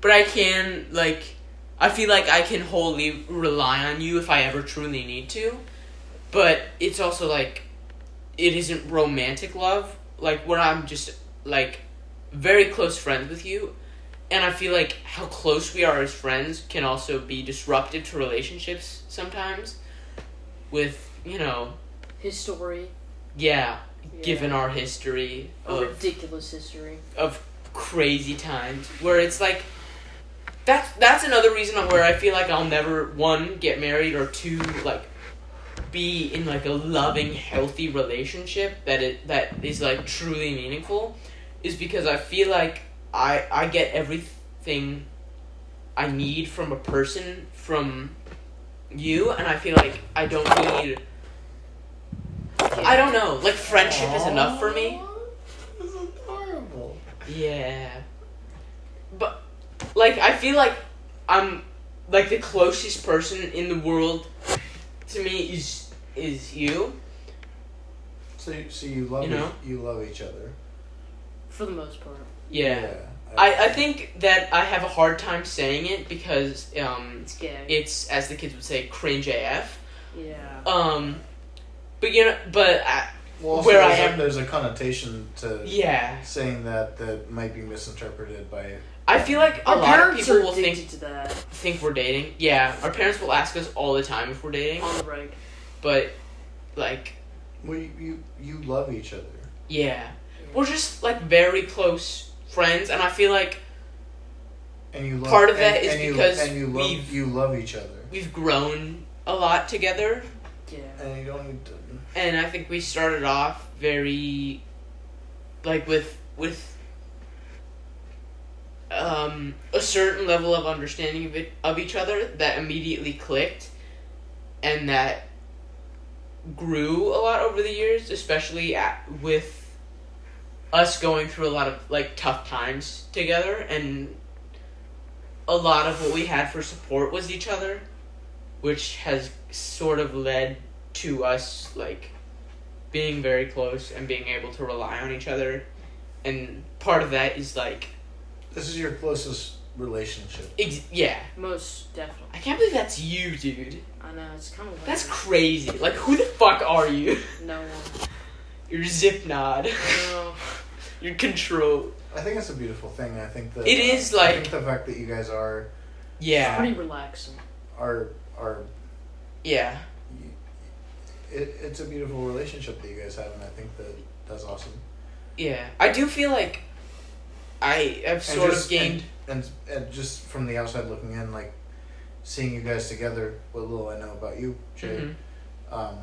but i can like i feel like i can wholly rely on you if i ever truly need to but it's also like it isn't romantic love like where i'm just like very close friends with you and i feel like how close we are as friends can also be disruptive to relationships sometimes with you know
His story,
yeah,
Yeah.
given our history
a
of
ridiculous history.
of crazy times where it's like that's that's another reason where I feel like I'll never one get married or two like be in like a loving healthy relationship that it that is like truly meaningful is because I feel like I I get everything I need from a person from you and I feel like I don't need I don't know like friendship is enough for me
This is adorable.
yeah. But like I feel like I'm like the closest person in the world to me is is you.
So you- so you love
You know?
each- you love each other.
For the most part.
Yeah. I, I think that I have a hard time saying it because um
It's gay.
it's as the kids would say cringe AF.
yeah.
Um but you know but uh, I,
well,
where I
there's
am-
A, there's a connotation to
yeah.
saying that that might be misinterpreted by.
I feel like a
Our
lot of
parents
people
are
will
addicted
think
to that
think we're dating. Yeah, our parents will ask us all the time if we're dating,
on the right.
but like
Well, you you, you love each other.
Yeah. We're just like very close friends and I feel like
And you love,
Part of
and,
that is
and you,
because
and you
we've-
love you love each other,
we've grown a lot together
Yeah.
Uh,
and you don't need to.
and I think we started off very like with with um um, a certain level of understanding of, it, of each other that immediately clicked and that grew a lot over the years, especially at, with us going through a lot of like tough times together and a lot of what we had for support was each other which has sort of led to us like being very close and being able to rely on each other and part of that is like
This is your closest relationship.
ex- yeah
Most definitely.
i can't believe that's you dude
I know it's kind of.
that's crazy like who the fuck are you
no one.
you're zip nod
No.
you're control
I think it's a beautiful thing. I think that
It is,
I
like-
think the fact that you guys are
yeah
Pretty relaxing.
are are
yeah
it, it's a beautiful relationship that you guys have, and I think that that's awesome.
yeah i do feel like i have
And
sort of
just-
gained
and, and just from the outside looking in, like seeing you guys together, what little I know about you, Jay,
Mhm.
um,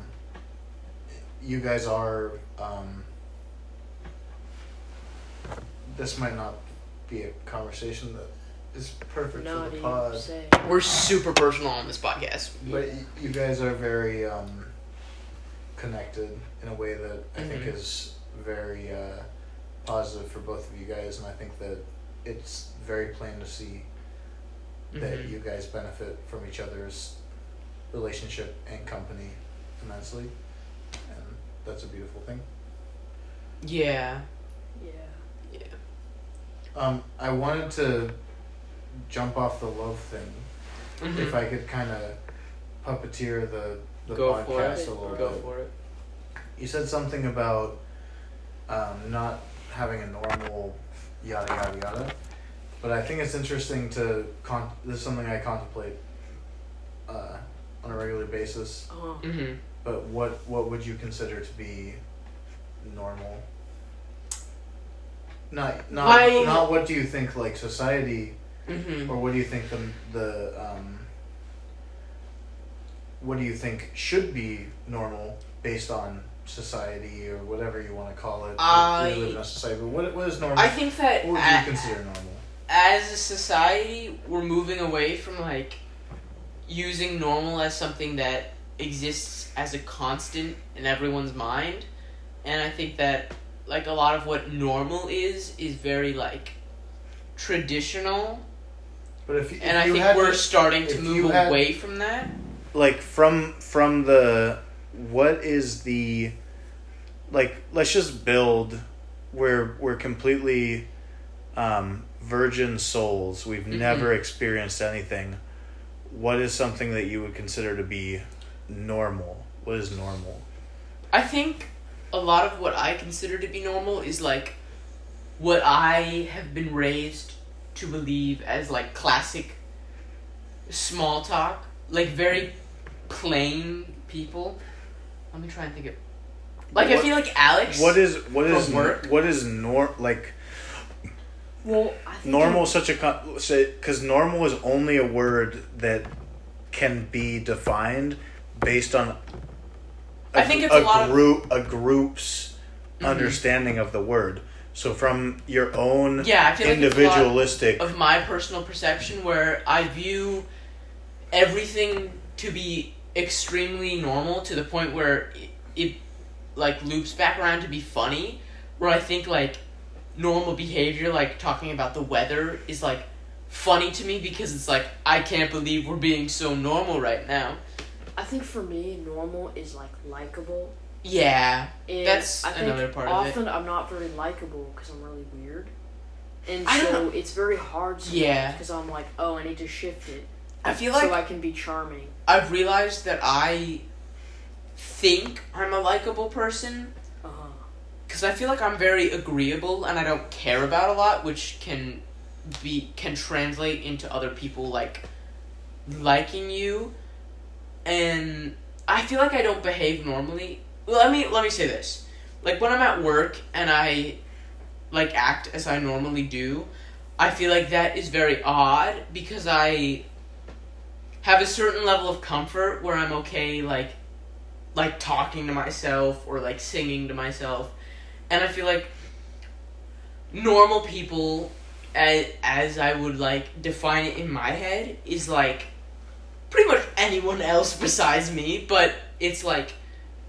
you guys are. Um, this might not be a conversation that is perfect
No,
for the
dude.
pod,
Say.
We're super personal on this podcast.
but y- you guys are very um, connected in a way that I think
Mhm.
is very uh, positive for both of you guys, and I think that it's very plain to see that
Mhm.
you guys benefit from each other's relationship and company immensely. And that's a beautiful thing.
Yeah.
Yeah.
Um, I wanted to jump off the love thing
Mhm.
if I could kind of puppeteer the, the
Go for it.
podcast a little
Go
bit.
for it.
You said something about um, not having a normal yada yada yada, but I think it's interesting to con- this is something I contemplate uh, on a regular basis.
Oh.
Mm-hmm.
But what what would you consider to be normal? Not not
I-
not what do you think like society
Mm-hmm.
or what do you think the the um what do you think should be normal based on society or whatever you want to call it?
I-
we live in a society, but what what is normal?
I think that
what would
a-
you consider normal?
as a society, we're moving away from like using normal as something that exists as a constant in everyone's mind, and I think that like a lot of what normal is is very like traditional,
But if, you- if
and I
you
think
had
we're
to-
starting to
if
move
you had-
away from that.
like from from the what is the like let's just build we're we're completely um virgin souls we've
Mhm.
never experienced anything what is something that you would consider to be normal what is normal
I think a lot of what I consider to be normal is like what I have been raised to believe as like classic small talk, like very plain people. Let me try and think of like I
What-
feel like Alex.
what is what is
From work?
what is nor like
Mm-hmm.
Well, I think
normal is such a con- cuz normal is only a word that can be defined based on
I think it's a lot of-
group a group's
Mhm.
understanding of the word so from your own
yeah, I feel like it's a lot
individualistic
of my personal perception where I view everything to be extremely normal to the point where it, it like loops back around to be funny where I think like normal behavior like talking about the weather is like funny to me because it's like I can't believe we're being so normal right now.
I think for me, normal is like likable.
Yeah.
And
That's
I think
another part of it.
often I'm not very likable because I'm really weird, and
I don't
so it's very hard.
Yeah.
Because I'm like, oh, I need to shift it
I feel like
so I can be charming.
I've realized that I think I'm a likable person
Uh
because I feel like I'm very agreeable and I don't care about a lot, which can be can translate into other people like liking you, and I feel like I don't behave normally. Well, Let me let me say this: like when I'm at work and I like act as I normally do, I feel like that is very odd because I have a certain level of comfort where I'm okay like like talking to myself or like singing to myself and I feel like normal people as, as I would like define it in my head is like pretty much anyone else besides me, but it's like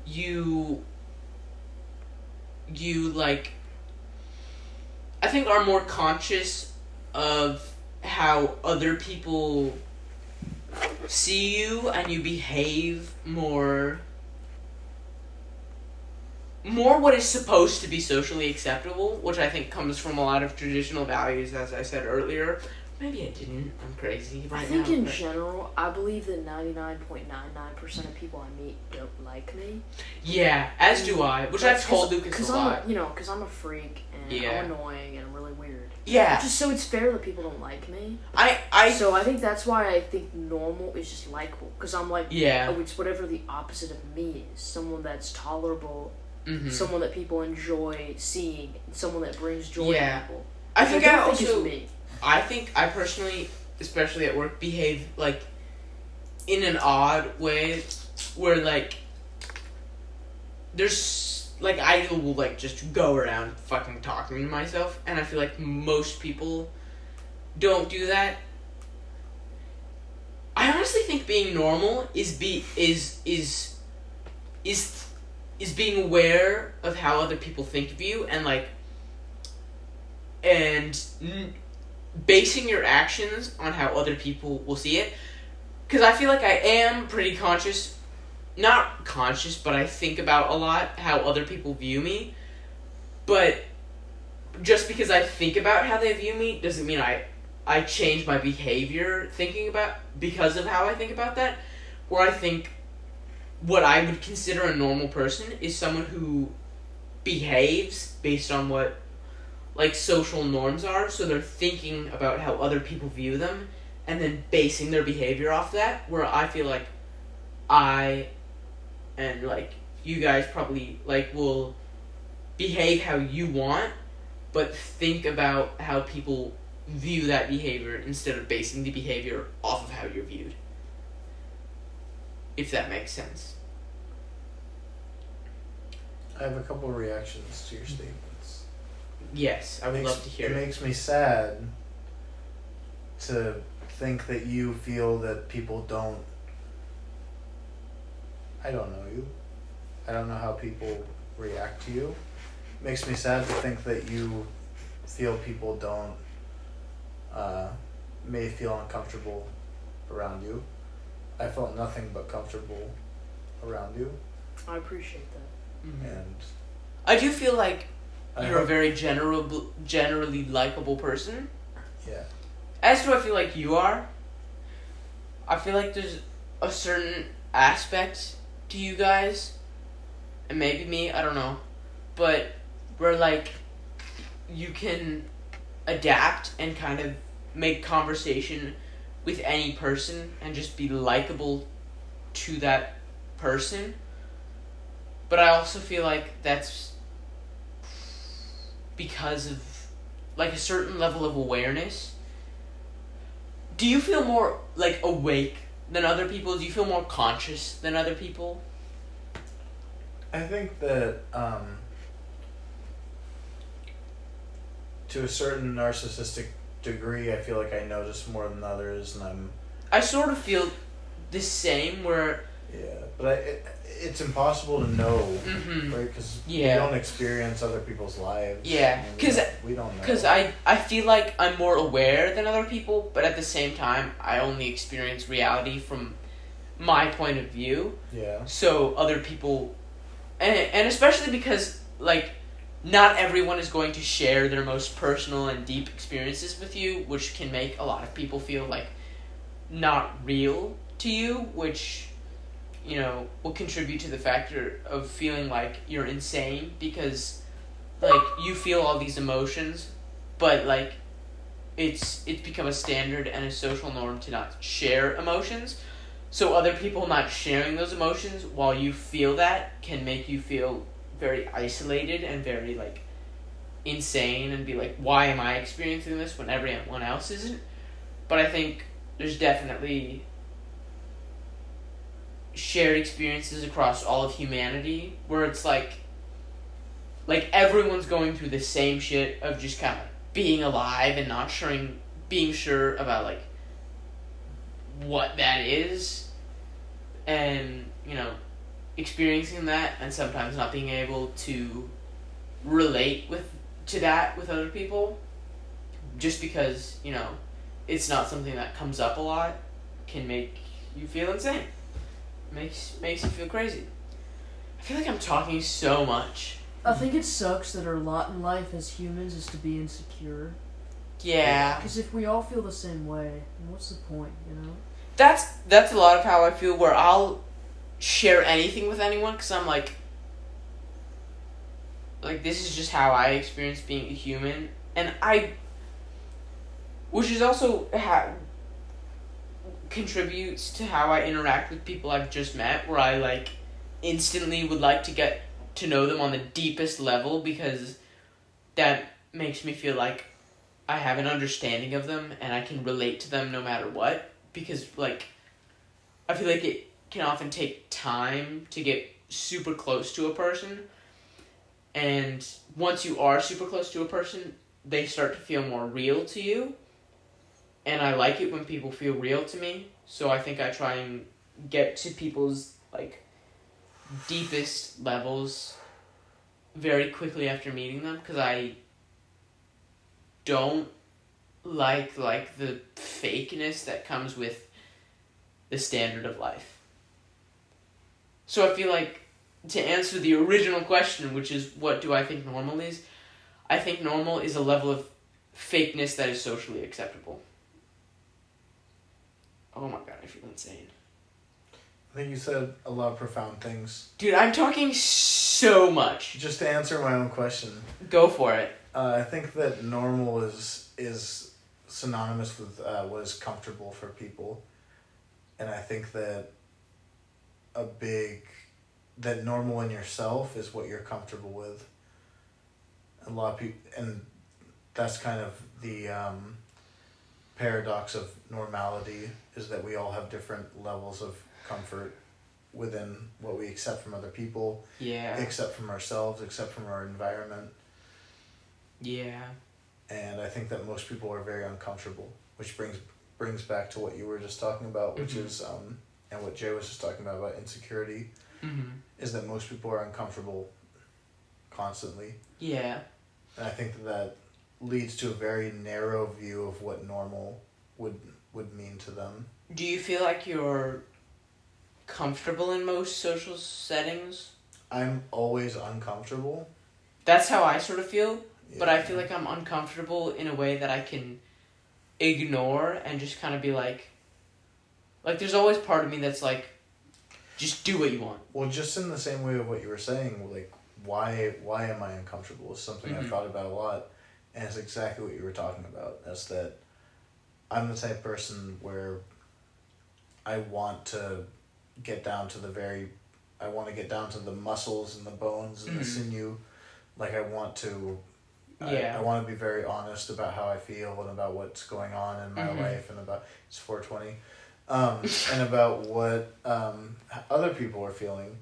you you like I think are more conscious of how other people see you and you behave more more what is supposed to be socially acceptable, which I think comes from a lot of traditional values, as I said earlier. Maybe I didn't. I'm crazy. Right
I think
now,
in
but-
general, I believe that 99.99% of people I meet don't like me.
Yeah, as do I, which I've told Lucas a
I'm
lot.
you know, because I'm a freak and
Yeah.
I'm annoying and I'm really weird.
Yeah,
Just so it's fair that people don't like me.
I, I,
so I think that's why I think normal is just likable. Because I'm like,
yeah,
oh, it's whatever the opposite of me is. Someone that's tolerable,
hmm
someone that people enjoy seeing, someone that brings joy
Yeah.
to people.
I think I
don't think
also,
it's me.
I think I personally, especially at work, behave like in an odd way, where like there's like I will like just go around fucking talking to myself, and I feel like most people don't do that. I honestly think being normal is be is is is is being aware of how other people think of you and like and n- basing your actions on how other people will see it because i feel like i am pretty conscious not conscious but i think about a lot how other people view me but just because i think about how they view me doesn't mean i i change my behavior thinking about because of how i think about that where i think what i would consider a normal person is someone who behaves based on what like social norms are, so they're thinking about how other people view them and then basing their behavior off that. Where I feel like I and like you guys probably like will behave how you want, but think about how people view that behavior instead of basing the behavior off of how you're viewed. If that makes sense.
I have a couple of reactions to your statements.
Yes, I would
Makes-
love to hear
It
it.
makes me sad to think that you feel that people don't. I don't know you. I don't know how people react to you. Makes me sad to think that you feel people don't. Uh, may feel uncomfortable around you. I felt nothing but comfortable around you,
I appreciate that.
Mhm.
and
I do feel like
I
you're a
hope,
very general, generally likable person.
yeah.
As do I feel like you are, I feel like there's a certain aspect to you guys, and maybe me, I don't know, but where like you can adapt and kind of make conversation with any person and just be likable to that person. But I also feel like that's because of like a certain level of awareness do you feel more like awake than other people? Do you feel more conscious than other people?
I think that um, to a certain narcissistic degree, I feel like I notice more than others, and I'm
I sort of feel the same. Where,
yeah. But I, it, it's impossible to know,
hmm
right? Because
Yeah.
we don't experience other people's lives.
Yeah,
I mean,
'cause-
we don't know.
because I I feel like I'm more aware than other people, but at the same time, I only experience reality from my point of view.
yeah,
so other people and, and especially because like not everyone is going to share their most personal and deep experiences with you which can make a lot of people feel like not real to you which you know will contribute to the factor of feeling like you're insane because like you feel all these emotions but like it's it's become a standard and a social norm to not share emotions so other people not sharing those emotions while you feel that can make you feel very isolated and very like insane and be like, why am I experiencing this when everyone else isn't? But I think there's definitely shared experiences across all of humanity where it's like like everyone's going through the same shit of just kind of being alive and not showing being sure about like what that is and you know experiencing that and sometimes not being able to relate with to that with other people just because you know it's not something that comes up a lot can make you feel insane makes makes you feel crazy i feel like i'm talking so much
I think it sucks that our lot in life as humans is to be insecure.
yeah
Because if we all feel the same way, then what's the point, you know?
that's that's a lot of how I feel. Where I'll share anything with anyone because I'm like, like this is just how I experience being a human, and I, which is also how contributes to how I interact with people I've just met. Where I like instantly would like to get to know them on the deepest level because that makes me feel like I have an understanding of them and I can relate to them no matter what because like I feel like it can often take time to get super close to a person and once you are super close to a person they start to feel more real to you and I like it when people feel real to me so I think I try and get to people's like deepest levels very quickly after meeting them cuz I don't like like the fakeness that comes with the standard of life. So I feel like to answer the original question, which is what do I think normal is, I think normal is a level of fakeness that is socially acceptable. Oh my god, I feel insane.
I think you said a lot of profound things.
Dude, I'm talking so much.
Just to answer my own question,
Go for it.
uh, I think that normal is is synonymous with uh, what is comfortable for people, and I think that a big that normal in yourself is what you're comfortable with. A lot of people, and that's kind of the um, paradox of normality is that we all have different levels of comfort within what we accept from other people,
Yeah.
accept from ourselves, accept from our environment
Yeah.
and I think that most people are very uncomfortable, which brings brings back to what you were just talking about, which
Mhm.
is um, and what Jay was just talking about about insecurity,
Mhm.
is that most people are uncomfortable constantly,
Yeah.
and I think that that leads to a very narrow view of what normal would would mean to them.
Do you feel like you're comfortable in most social settings?
I'm always uncomfortable,
That's how I sort of feel. but I feel
Yeah.
like I'm uncomfortable in a way that I can ignore and just kind of be like, like there's always part of me that's like, just do what you want.
Well, just in the same way of what you were saying, like why why am I uncomfortable is something
Mhm.
I've thought about a lot, and it's exactly what you were talking about. That's that I'm the type of person where I want to get down to the very, I want to get down to the muscles and the bones and the
Mhm.
sinew, like I want to.
Yeah.
I, I want to be very honest about how I feel and about what's going on in my
Mhm.
life and about it's four twenty, um, and about what um, h- other people are feeling,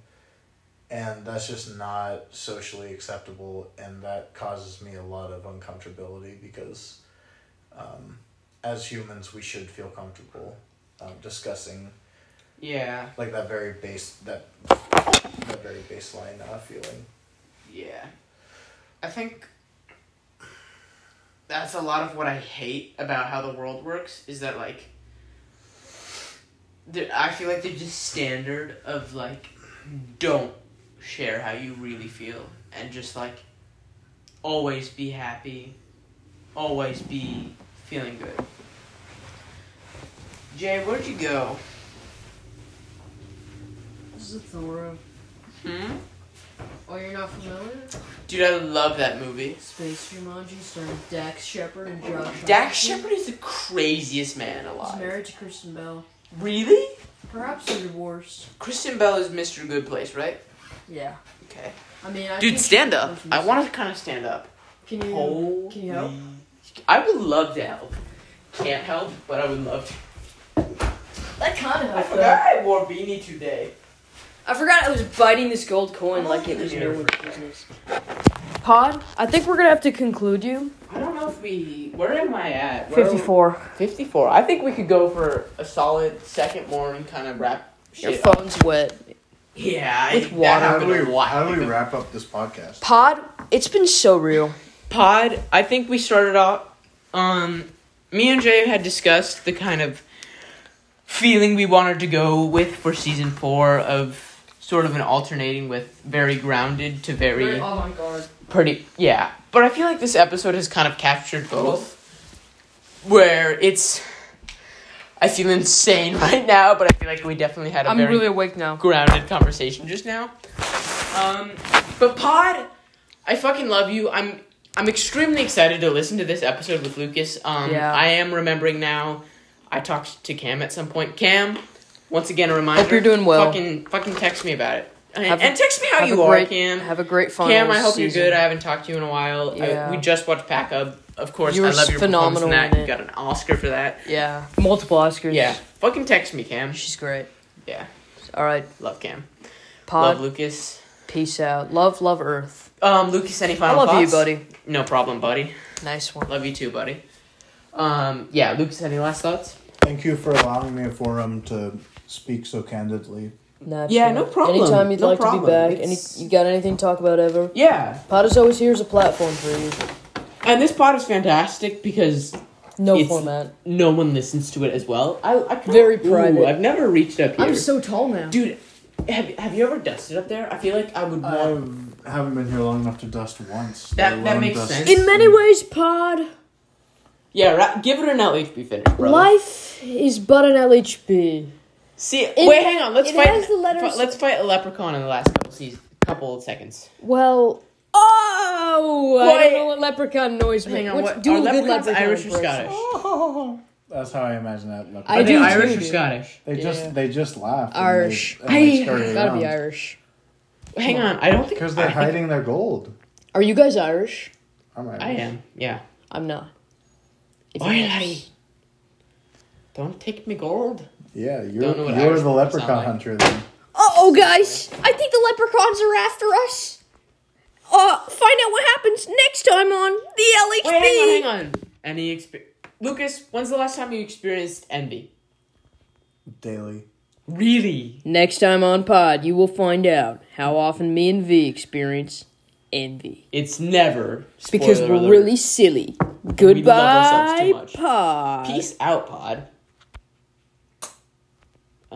and that's just not socially acceptable, and that causes me a lot of uncomfortability because, um, as humans, we should feel comfortable um, discussing
Yeah,
like that very base that that very baseline uh, feeling.
yeah. I think that's a lot of what I hate about how the world works is that like, there, I feel like there's just standard of like, don't share how you really feel and just like, always be happy, always be feeling good. Jay, where'd you go?
This is a Thora.
Hmm?
Oh, you're not familiar?
Dude, I love that movie.
Space Jumanji starring Dax Shepard and Josh.
Dax
Hutcherson.
Shepard is the craziest man
He's
alive.
married to Kristen Bell.
Really?
Perhaps they're divorced.
Kristen Bell is Mr. Good Place, right?
Yeah.
Okay.
I mean, I
Dude,
think she
stand up.
was
I want to kind of stand up.
Can you?
Holy.
Can you help?
I would love to help. Can't help, but I would love to.
That kind of
I
helped.
forgot
though.
I wore beanie today.
I forgot I was biting this gold coin
I'm
like it
looking
was
here
no one's
for-
business. Pod, I think we're gonna have to conclude you.
I don't know know if we. Where am I at? Where are we-
54.
54. I think we could go for a solid second morning kind of wrap
Your
shit. up.
phone's wet.
Yeah, I-
With
that
water.
How do
happened a
we
lot.
how do we wrap up this podcast?
Pod, it's been so real.
pod i think we started off um me and jay had discussed the kind of feeling we wanted to go with for season four of sort of an alternating with very grounded to
Very
very
Oh
avant garde.
pretty yeah but i feel like this episode has kind of captured both where it's i feel insane right now but i feel like we definitely had a
I'm
very
really awake now.
grounded conversation just now. Um, but Pod, I fucking love you. I'm I'm extremely excited to listen to this episode with Lucas. Um,
Yeah.
I am remembering now. I talked to Cam at some point. Cam, once again, a reminder.
Hope you're doing well.
Fucking fucking text me about it. And,
Have a-
and text me how
have
you
a
are,
great-
Cam.
Have a great final
Cam, I hope
season.
you're good. I haven't talked to you in a while. I-
Yeah.
we just watched Pack Up. Of course,
You
I
were
love your
phenomenal
performance in that.
in
You
it.
got an Oscar for that.
Yeah. Multiple Oscars.
Yeah. Fucking text me, Cam.
She's great.
Yeah.
All right.
Love Cam.
Pod,
Love Lucas.
peace out. Love, love Earth.
Um, Lucas, any final
I love
thoughts?
you, buddy.
No problem, buddy.
Nice one.
Love you too, buddy. Um, yeah, Lucas, any last thoughts?
Thank you for allowing me a forum to speak so candidly.
Nah,
Yeah,
absolutely.
no problem.
Anytime you'd
No
like to
problem.
be back, any,
It's-
you got anything to talk about ever?
Yeah,
Pod is always here as a platform for you.
and this pod is fantastic because
No
It's-
format.
no one listens to it as well. I, I kinda-
Very
Ooh,
private.
I've never reached up here,
I'm so tall now.
dude. Have Have you ever dusted up there? I feel like I would.
Uh,
I
want...
haven't been here long enough to dust once.
That-
let
that
alone
makes
dust
sense.
In many ways, Pod,
Yeah, ra- give it an LHB finish, brother.
life is but an LHB.
See, wait, hang on. Let's
it
fight.
has the letters-
fi- let's fight a leprechaun in the last couple seasons, couple of seconds.
Well, oh, I
Wait.
don't know what leprechaun noise
Hang
makes.
on,
What's-
what-
do
are
a good Oh,
leprechauns
leprechaun
Irish or
voice.
Scottish?
That's how I imagine that. Look.
I
Are they
do
Irish
too,
or
dude.
Scottish?
They
Yeah.
just they just laugh. and they-
Irish.
and they
I
scurry
gotta be
around.
Irish.
Hang on, I don't think
Because they're
I think-
hiding their gold.
Are you guys Irish?
I'm Irish.
I am. Yeah.
I'm not. If
Why
you're
not?
Irish-
Don't take me gold.
Yeah, you're
Don't know
you're
what Irish
the
people
leprechaun
sound like.
hunter then.
Uh-oh, guys. I think the leprechauns are after us. Uh, find out what happens next time on the LHB.
Wait, hang on, hang on. Any exper- Lucas, when's the last time you experienced envy?
Daily.
Really?
Next time on Pod, you will find out how often me and V experience envy.
It's never.
Because
Spoiler
we're
alert.
really silly.
We love ourselves too
Goodbye,
much.
Pod.
Peace out, pod.